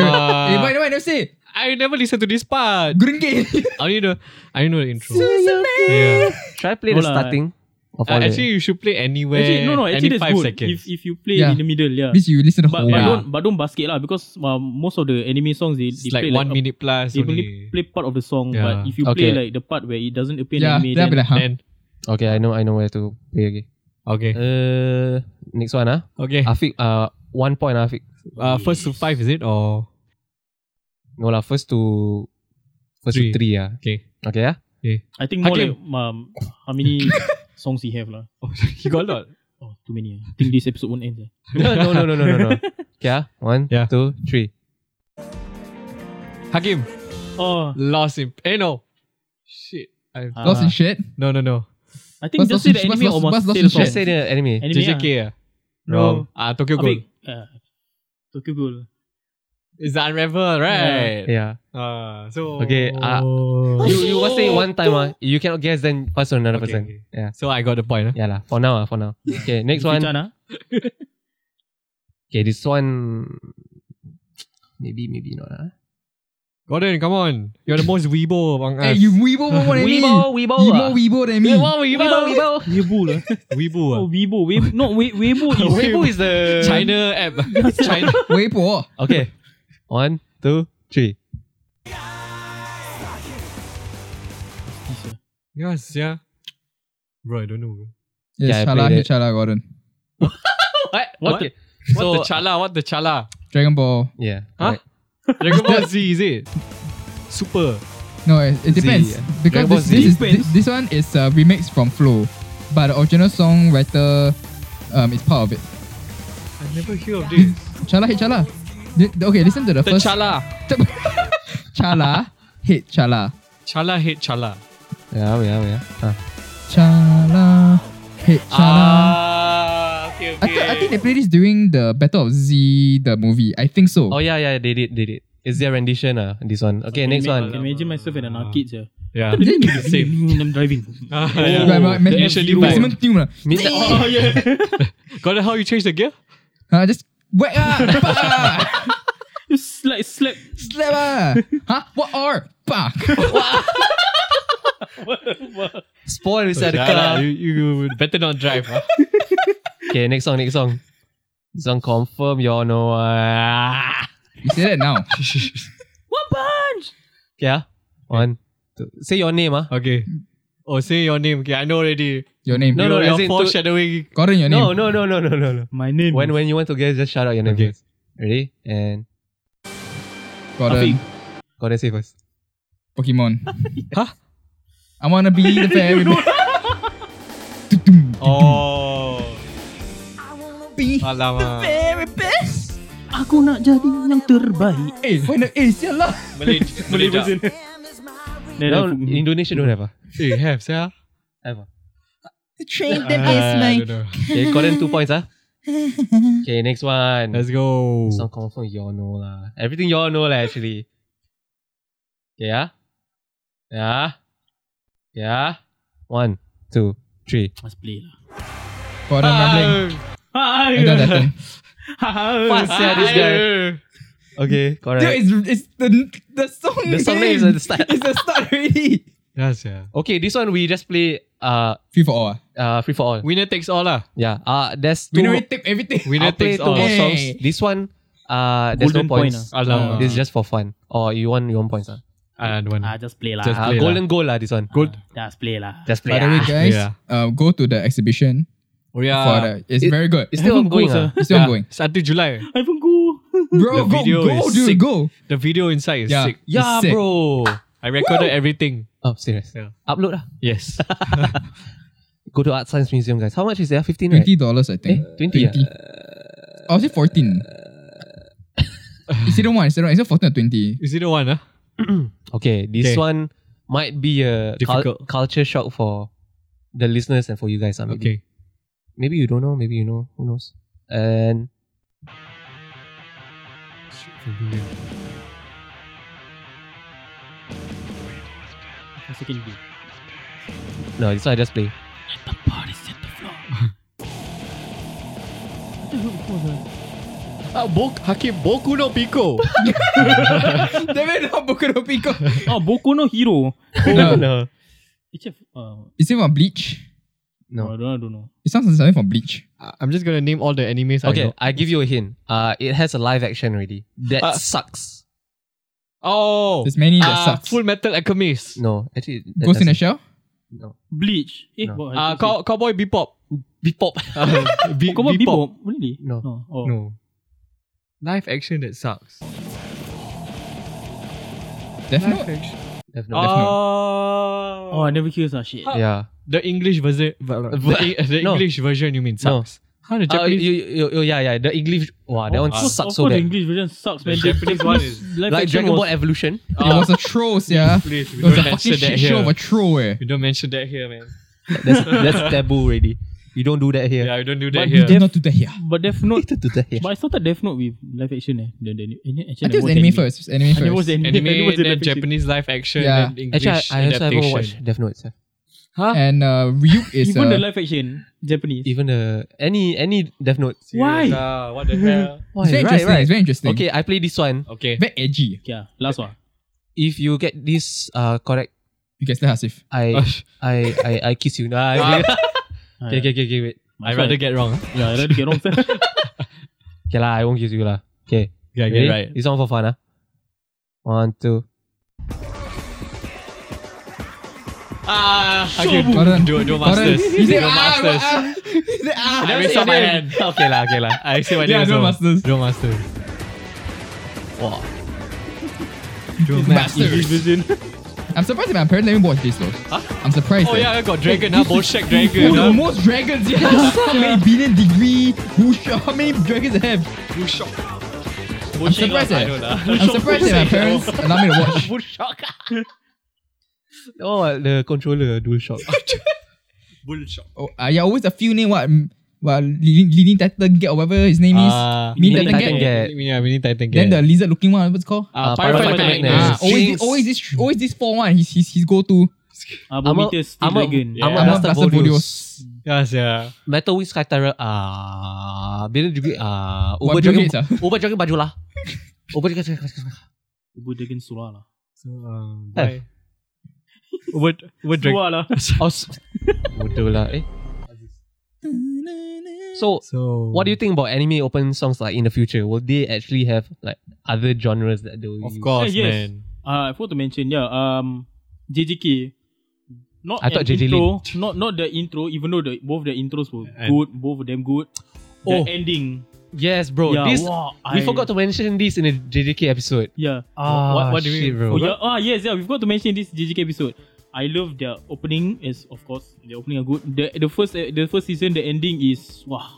A: why
E: Alamak.
A: why don't say
E: I never listened to this part.
A: Gurenge?
E: I only know. I only know the intro. Yeah.
D: Try play
F: No
D: the
F: lah.
D: starting of
E: Uh,
D: all the-
E: actually, you should play anywhere.
F: Actually, no, no. Actually,
E: any
F: that's
E: five
F: good.
E: seconds.
F: If if you play
A: Yeah.
F: in the middle, yeah.
A: Means you listen to
F: But,
A: whole.
F: but
E: Yeah.
F: don't but don't basket lah because um, most of the anime songs they,
E: It's
F: they
E: like
F: play
E: one
F: like,
E: minute plus.
F: They
E: Only.
F: only play part of the song,
E: Yeah.
F: but if you
D: Okay.
F: play like the part where it doesn't appear
A: Yeah,
F: in anime,
A: that'll be
F: then
A: like, huh?
E: Then
D: Okay, I know, I know where to play. Okay.
E: okay,
D: Uh, next one, ah.
E: okay.
D: Afiq, uh, one point, Afiq.
E: Uh, first to five is it or
D: No lah, first to first
E: Three.
D: to three, ah.
E: okay?
D: Okay, ah.
F: I think more
E: Hakim.
F: like um, how many songs he have lah.
E: You got a lot.
F: Oh, too many. ah. I think this episode won't end. ah.
D: no, no, no, no, no, no, no. Okay, ah. One,
E: Yeah.
D: two, three.
E: Hakim
F: Oh,
E: lost in. Eh no, shit. I,
F: ah.
A: Lost in shit.
E: no no no.
F: I think
A: What's
F: just say
A: lost
F: the
A: in-
F: anime
A: what's
F: or must
A: lost- what's
F: say the
A: lost in
F: song.
D: Just say the anime.
F: Anime
E: JJK
F: ah.
E: yeah.
F: No.
E: Ah Tokyo Ghoul.
F: Afiq. ah, Tokyo Ghoul.
E: It's the unravel right?
D: Yeah.
E: Ah so
D: Okay,
A: uh,
D: ah. You you must say one time, ah. You cannot guess, then pass to another
E: Okay,
D: person.
E: okay.
D: Yeah.
E: So I got the point. Huh?
D: Yeah lah. For now, ah, for now. Okay, next one.
F: Ichijan, ah.
D: Okay, this one maybe maybe not. ah.
E: Gordon, come on. You're the most weebo among us.
A: Hey, you Oh, weebo more than me.
D: Weibo, Weibo,
A: You
D: ah.
A: more weebo than me.
D: Weibo, Weibo, Weibo.
F: Weibo lah.
E: weebo.
F: Oh,
E: ah.
F: Weibo. Weibo. No, Wei- Weibo is...
D: Weibo is the
G: China app. China.
A: Weibo.
D: Okay. One, two, three.
E: Yes, yeah. Bro, I don't
D: Eh,
E: know. bro.
D: Yeah, I
A: Yes,
D: played
A: Chala,
D: it.
A: Chala, Gordon.
D: What?
G: What?
D: Okay.
G: What
D: So-
G: the chala? What the chala?
A: Dragon Ball.
D: Yeah.
E: Huh?
D: correct.
E: Dragon Ball Z, is it? Super.
A: No, it, it depends.
D: yeah.
A: Because
D: Dragon Ball
A: this,
D: Z.
A: this, is,
F: Depends.
A: thi- this one is a remix from Flow, but the original songwriter um, is part of it.
E: I never hear of this.
A: Chala hit Chala. Di- okay, listen to the,
G: The
A: first.
G: chala.
A: Chala hit Chala.
E: Chala hate Chala.
D: Yeah, yeah, yeah. Huh.
A: Chala hit Chala.
G: Ah, okay,
A: I,
G: okay.
A: th- I think they played this during the Battle of Z, the movie. I think so.
D: Oh yeah, yeah, they did, they did. It's their rendition, uh, this one. Okay, next
F: Ima-
D: one.
F: Imagine myself in an
A: Uh,
F: arcade, yeah.
E: Yeah.
F: I'm driving.
E: Ah,
D: Oh,
A: Yeah,
E: yeah.
A: but- but- but-
E: initially
A: but-
E: back.
A: maximum tune lah.
D: Midnight-
A: Oh,
E: Gordon, how you change the gear?
A: Huh, just whack ah, pa, ah,
F: You slap, slap.
A: slap ah. Huh? What are? Pa.
D: Spoil inside the
E: Nah, nah,
D: car.
E: you, you better not drive. Huh?
D: Okay, next song, next song. This song confirm y'all know.
E: Ah.
D: Uh,
A: You say that now.
D: yeah. One. Two. Say your name, ah.
E: Okay. Oh, say your name. Okay, I know already.
A: Your name.
D: No, no,
E: You're,
D: as
E: you're
D: in to-
E: foreshadowing.
A: Gordon, your name.
D: No, no, no, no, no, no, no.
F: My name.
D: When when you want to guess, just shout out your name.
E: Okay.
D: first. Ready? And
A: Gordon.
D: Gordon say first.
A: Pokemon. huh? I wanna be the fairy.
E: Oh. ah. Alamak.
F: Aku nak jadi yang terbaik.
A: eh, when the eh, sial lah.
G: Malay, Malay version.
F: No,
D: No, Indonesia don't have ah.
E: Eh, have, Ah, yeah.
D: Ever.
E: Train them as my.
D: Okay, Gordon two points ah. Okay, next one.
E: Let's go.
D: This song confirm y'all know lah. Everything y'all know lah actually. Yeah. Yeah. Yeah. One, two, three.
F: Must play lah.
A: Gordon rambling.
D: Ah,
A: I got that thing.
D: Fuck sia, this guy. Okay, correct.
A: Dude, it's, it's the, the song
D: the song name is at the start.
A: It's the start already.
E: Yes, yeah.
D: okay, this one we just play uh
A: Free for all. ah.
D: uh free for all.
E: Winner takes all, lah.
D: yeah. Uh there's
A: We
D: two
A: already tape everything.
E: Winner
D: I'll play
E: takes
D: two
E: all.
D: more
A: Hey.
D: songs. This one uh there's
F: Golden
D: no
F: point
D: points.
E: Alamak.
D: This is just for fun. Or you want you want points ah.
E: Ah, don't want.
F: Ah, just play lah.
E: Just
D: Uh,
E: play lah.
D: golden goal lah this one.
E: Good.
F: Just play lah.
D: Just play.
A: By the way,
D: ah.
A: guys,
E: Yeah.
A: uh, go to the exhibition
E: Oh, yeah.
A: for the. It's
D: it-
A: very good.
D: it's still
F: Haven't
D: ongoing.
F: goes,
D: ah.
A: It's still ongoing.
E: It's until July.
F: I haven't go.
A: Bro, go,
E: uh. The video
A: go,
E: is
A: dude,
E: sick.
A: go.
E: The video inside is
A: Yeah.
E: sick.
A: It's
D: Yeah,
A: sick.
D: bro.
E: I recorded everything.
D: Oh, serious.
E: Yeah.
D: Upload ah.
E: Yes.
D: Go to Art Science Museum, guys. How much is there? 15, right?
A: Twenty dollars, I think.
D: Eh, 20,
A: I
D: ah.
A: was say fourteen. Is it the one? Is it the one? Is it fourteen or twenty?
E: Is it the one, ah? huh?
D: Okay, this
E: Okay.
D: one might be a cul-
E: Difficult.
D: culture shock for the listeners and for you guys. ah, maybe.
E: Okay.
D: Maybe you don't know, maybe you know. Who knows? And
F: Second game.
D: no, this one I just play.
F: The party set the floor. What the hell was that?
E: Ah, Bok, Hakim Boku no Pico.
A: Damn it, not Boku no Pico.
F: Oh, Boku no Hero.
A: No.
D: Oh, no.
F: It's a, uh,
A: Is it from Bleach?
F: no. I
D: No.
F: don't, I don't know.
A: It sounds like something from Bleach.
E: I'm just gonna name all the animes. I
D: Okay,
E: know.
D: I give you a hint. Uh, it has a live action already. That
E: Ah.
D: sucks.
E: Oh,
A: There's many that
E: ah,
A: sucks.
E: Full Metal Alchemist.
D: No, actually. that
A: Ghost in the
D: doesn't-
A: Shell?
D: No.
F: Bleach. Eh,
D: No.
F: what?
E: Ah, cow- Cowboy Bebop.
D: Bebop.
E: Uh, be-
F: Pokemon Bebop. Really?
D: No.
F: No. Oh.
E: No. Live action that sucks.
A: Death Note?
E: action.
D: Death Note.
F: Oh,
E: Oh,
F: I never hear that shit.
D: Yeah.
E: the English version. The, E- the
D: No.
E: English version you mean sucks. How the
D: Uh,
E: Japanese?
D: you, you, you, yeah, yeah. The English. Wow, that one
E: ah.
D: sucks
F: all
D: so
F: the
D: bad.
F: English version sucks, man.
E: The Japanese one is- Ah,
F: live
D: Like
F: action
D: Dragon Ball
F: was-
D: Evolution.
A: It was a troll, yeah.
E: Please, we
A: It was a
E: don't
A: fucking
E: mention that
A: shit show of a
E: here.
A: troll, eh.
E: We don't mention that here, man.
D: that's, that's taboo already. You don't do that here.
E: Yeah, we don't do that
F: But
E: here.
A: Did not do that here.
F: But Death Note.
D: Don't do that here.
F: but I started Death Note with live action. Eh. The, the, the, actually,
A: I think it was anime first. It was anime
F: I never watched
A: first.
F: anime. I never
E: Anime,
F: watched the
E: then
F: live action.
E: Japanese live action,
A: Yeah.
E: then English
D: Actually, I, I also haven't
E: adaptation.
D: watched Death Note. sir.
A: And uh, Ryuk is
F: Even the
A: uh,
F: live action Japanese.
D: Even the any any Death Note.
F: Why?
E: Ah, what the hell?
A: it's very interesting. It's very interesting.
D: Okay, I play this one.
E: Okay.
A: Very edgy.
F: Yeah, ah, last one.
D: if you get this uh correct,
A: You can still have safe.
D: I I, I I kiss you. Nah, I- okay, okay, okay, okay, wait.
E: Ah, I rather get wrong.
F: Yeah, I rather get wrong. sia.
D: Okay lah, I won't kiss you lah. Okay,
E: Yeah,
D: ready?
E: get right.
D: This one for fun ah. One, two.
G: Ah,
E: Okay,
A: Correct.
E: do do
A: Correct.
E: masters.
A: He said,
E: Do
A: ah,
E: masters.
A: ah, he said, ah.
E: I raise up my hand.
D: okay lah, okay lah.
E: I say my
A: Yeah,
E: name.
A: do
E: also.
A: masters.
E: Do masters.
D: Wow.
E: Do
A: Masters. I'm surprised my parents let me watch this though. I'm surprised.
G: Oh
A: eh.
G: yeah, I got dragon. Ah, Bolshek dragon.
A: Who
G: ah.
A: the most dragons? Yeah. how many billion degree? Who sh- how many dragons they have? I'm
G: Bolshek
A: surprised.
G: lah,
A: eh.
G: I know lah.
A: I'm surprised that my parents allow me to watch.
D: Oh, the controller DualShock.
A: Oh, uh, yeah, always a few name what mm, what leading, leading titan get or whatever his name is.
E: Ah,
A: Meet
D: Titan
A: Titan
D: Gate.
A: Gate.
D: Get.
E: Yeah, we need Titan
A: Then
E: Gate.
A: the lizard looking one, what's it called?
G: Ah,
D: Uh,
G: Pyrophile
D: Pyrophile
G: Magnet.
D: Magnet.
A: Ah,
G: Ah,
A: always, this, always this, always this four one. He's his, his go to.
F: Abomitus, Steel
D: Armor-
F: Dragon.
D: Armor
A: Yeah.
D: Blaster
A: Blaster
D: Volius.
A: Volius.
E: Yes, yeah.
D: Metal Wing Sky Terror. Ah, bila juga ah,
A: What,
D: Uber
A: Bill
D: Dragon.
A: Gates ah?
D: Uber Dragon baju lah. Uber Dragon.
F: Uber Dragon Sura lah.
E: So, um,
D: Eh.
E: why- What what drink?
F: Sura lah.
D: Oh, s- bodoh lah. Eh. So,
E: So
D: what do you think about anime open songs like in the future? Will they actually have like other genres that they will
E: Of
D: use?
E: course,
F: Eh, yes.
E: man.
F: Uh, I forgot to mention, yeah, um, JJK. Not
D: I thought
F: an
D: JJ
F: intro, not not the intro, even though the both the intros were
E: And-
F: good, both of them good.
D: Oh.
F: The ending,
D: Yes, bro.
F: yeah,
D: Oh, this
F: wow,
D: we
F: I-
D: forgot to mention this in the JJK episode.
F: yeah.
D: Ah,
E: what- what do you
D: shit,
E: mean?
D: bro?
F: Oh yeah, ah yes, yeah. We've got to mention this JJK episode. I love their opening. Is of course the opening are good. The the first eh, the first season the ending is wow.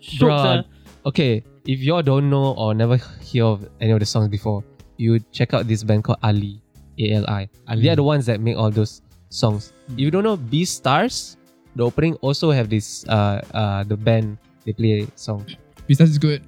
F: Shocks, ah.
D: Bruh, okay, if y'all don't know or never hear of any of the songs before, you check out this band called Ali, A L I. They are the ones that make all those songs. If you don't know B Stars, the opening also have this uh uh the band they play song.
A: Besides, is good.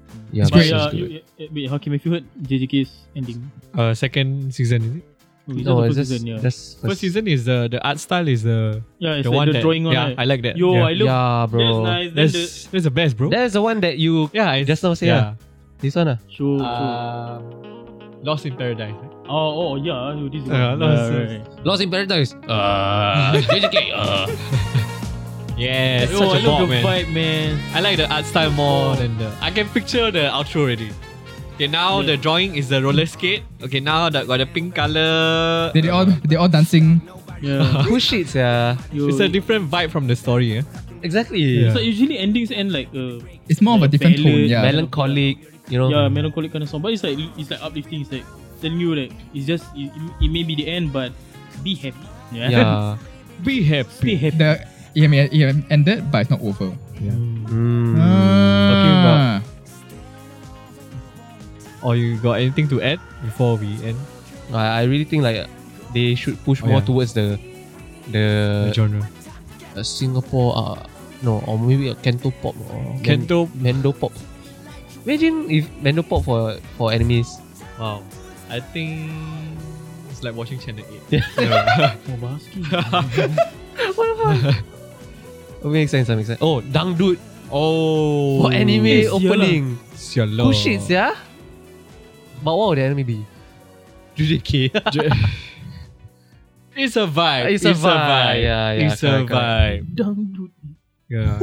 A: It's
D: Yeah, but
F: But
A: great.
D: it's
F: yeah,
D: good.
F: you, eh, wait, how can you heard JJK's ending?
E: Uh, second season is it?
F: No, it's
D: no,
F: not
D: it's
F: the first
D: just,
F: season, yeah.
D: just
E: First season is the the art style is the
F: yeah, it's
E: the
F: like
E: one
F: the
E: that,
F: drawing one.
E: Yeah,
F: right?
E: I like that.
F: Yo,
E: yeah.
F: I love
D: yeah, bro.
F: that's nice. Then
E: that's
F: the
E: that's the best, bro.
D: That's the one that you
E: yeah, it's,
D: just now say ah.
E: yeah.
D: This one ah.
F: show,
E: Uh, Lost in Paradise.
F: show. Oh, oh yeah, I know this one.
E: Yeah, no, it's-
F: right, right.
D: Lost in Paradise.
E: Uh, Yeah,
F: Yo, oh, I love the vibe, man.
E: I like the art style more than the. I can picture the outro already. Okay, now
F: Yeah.
E: the drawing is the roller skate. Okay, now that got the pink color.
A: They, they all they all dancing.
F: Yeah,
D: Who shits Oh, yeah.
F: yo,
E: It's a different vibe from the story. Eh?
D: Exactly.
F: So usually endings end like uh,
A: It's more of a
F: Like
A: different tone.
F: ballad,
A: Yeah.
D: Melancholic, you
E: Uh.
D: know.
F: yeah melancholic kind of song, but it's like it's like uplifting. It's like telling you like it's just it, it may be the end, but be happy. Yeah.
D: yeah.
E: Be
F: be
E: happy.
F: happy.
A: The E EMA, EMA ended, but it's not over.
D: Mm.
A: Ah.
E: Or you got anything to add before we end
D: I, I really think like they should push
E: Oh,
D: more
E: yeah.
D: towards the
E: the
D: the
E: genre?
D: uh, Singapore uh, no or maybe a Kento pop or men-
E: Kento.
D: Mendo pop. Imagine if Mendo pop for for enemies.
E: Wow. I think it's like watching Channel 8. Yeah.
F: Oh, basket.
D: Oh, makes sense. That makes sense. Oh, Dangdut
E: oh.
D: for anime
F: yes, yeah
D: opening.
E: It's your
D: Who shits yeah? But what would the anime be?
E: JJK. it's a vibe.
D: It's a vibe. Yeah, yeah,
E: It's
D: correct,
E: a
D: correct.
E: vibe.
F: Dangdut.
E: Yeah.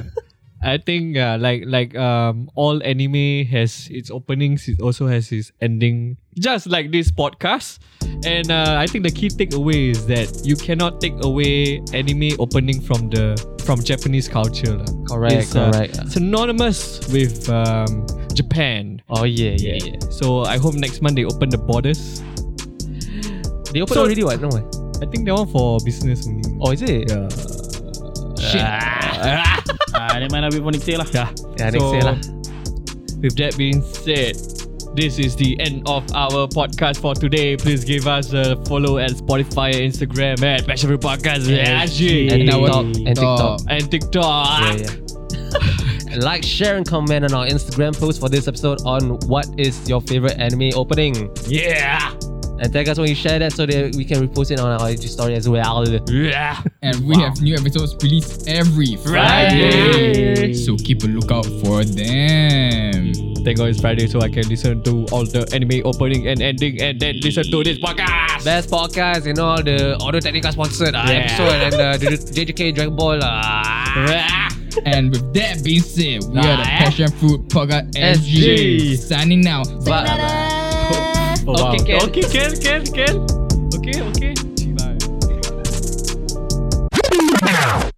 E: I think uh, like like um all anime has its openings, it also has its ending. Just like this podcast. And uh, I think the key takeaway is that you cannot take away anime opening from the from Japanese culture. lah.
D: Correct,
E: It's, uh,
D: correct.
E: synonymous with um, Japan.
D: oh yeah, yeah, yeah.
E: So I hope next month they open the borders.
D: They open
E: So-
D: already what? No. eh?
E: I think that one for business only.
D: Oh, is it?
E: yeah.
D: Shit.
F: Ah, then might not be for next day lah.
E: Yeah.
D: Yeah, next
E: So,
D: year lah.
E: With that being said, this is the end of our podcast for today. Please give us a follow at Spotify, Instagram at Passion Podcast, SG,
D: And
F: Yeah.
D: TikTok, and TikTok.
E: and TikTok.
D: Yeah, yeah. like, share, and comment on our Instagram post for this episode on what is your favorite anime opening.
E: Yeah.
D: And tag us when you share that so that we can repost it on our IG story as well.
E: Yeah.
A: And we have new episodes released every Friday.
E: Friday.
A: So keep a lookout for them.
E: Thank God it's Friday, so I can listen to all the anime opening and ending, and then listen to this podcast.
D: Best podcast in all the Auto Technica sponsored uh, episode and uh, the JJK Dragon Ball. Uh,
A: And with that being said, we are the
D: Ah.
A: Passion Fruit Podcast
D: SG.
A: SG. Signing now.
D: but, uh,
E: Oh, wow.
D: okay, can.
E: okay, can, can, can. Okay, okay. Bye.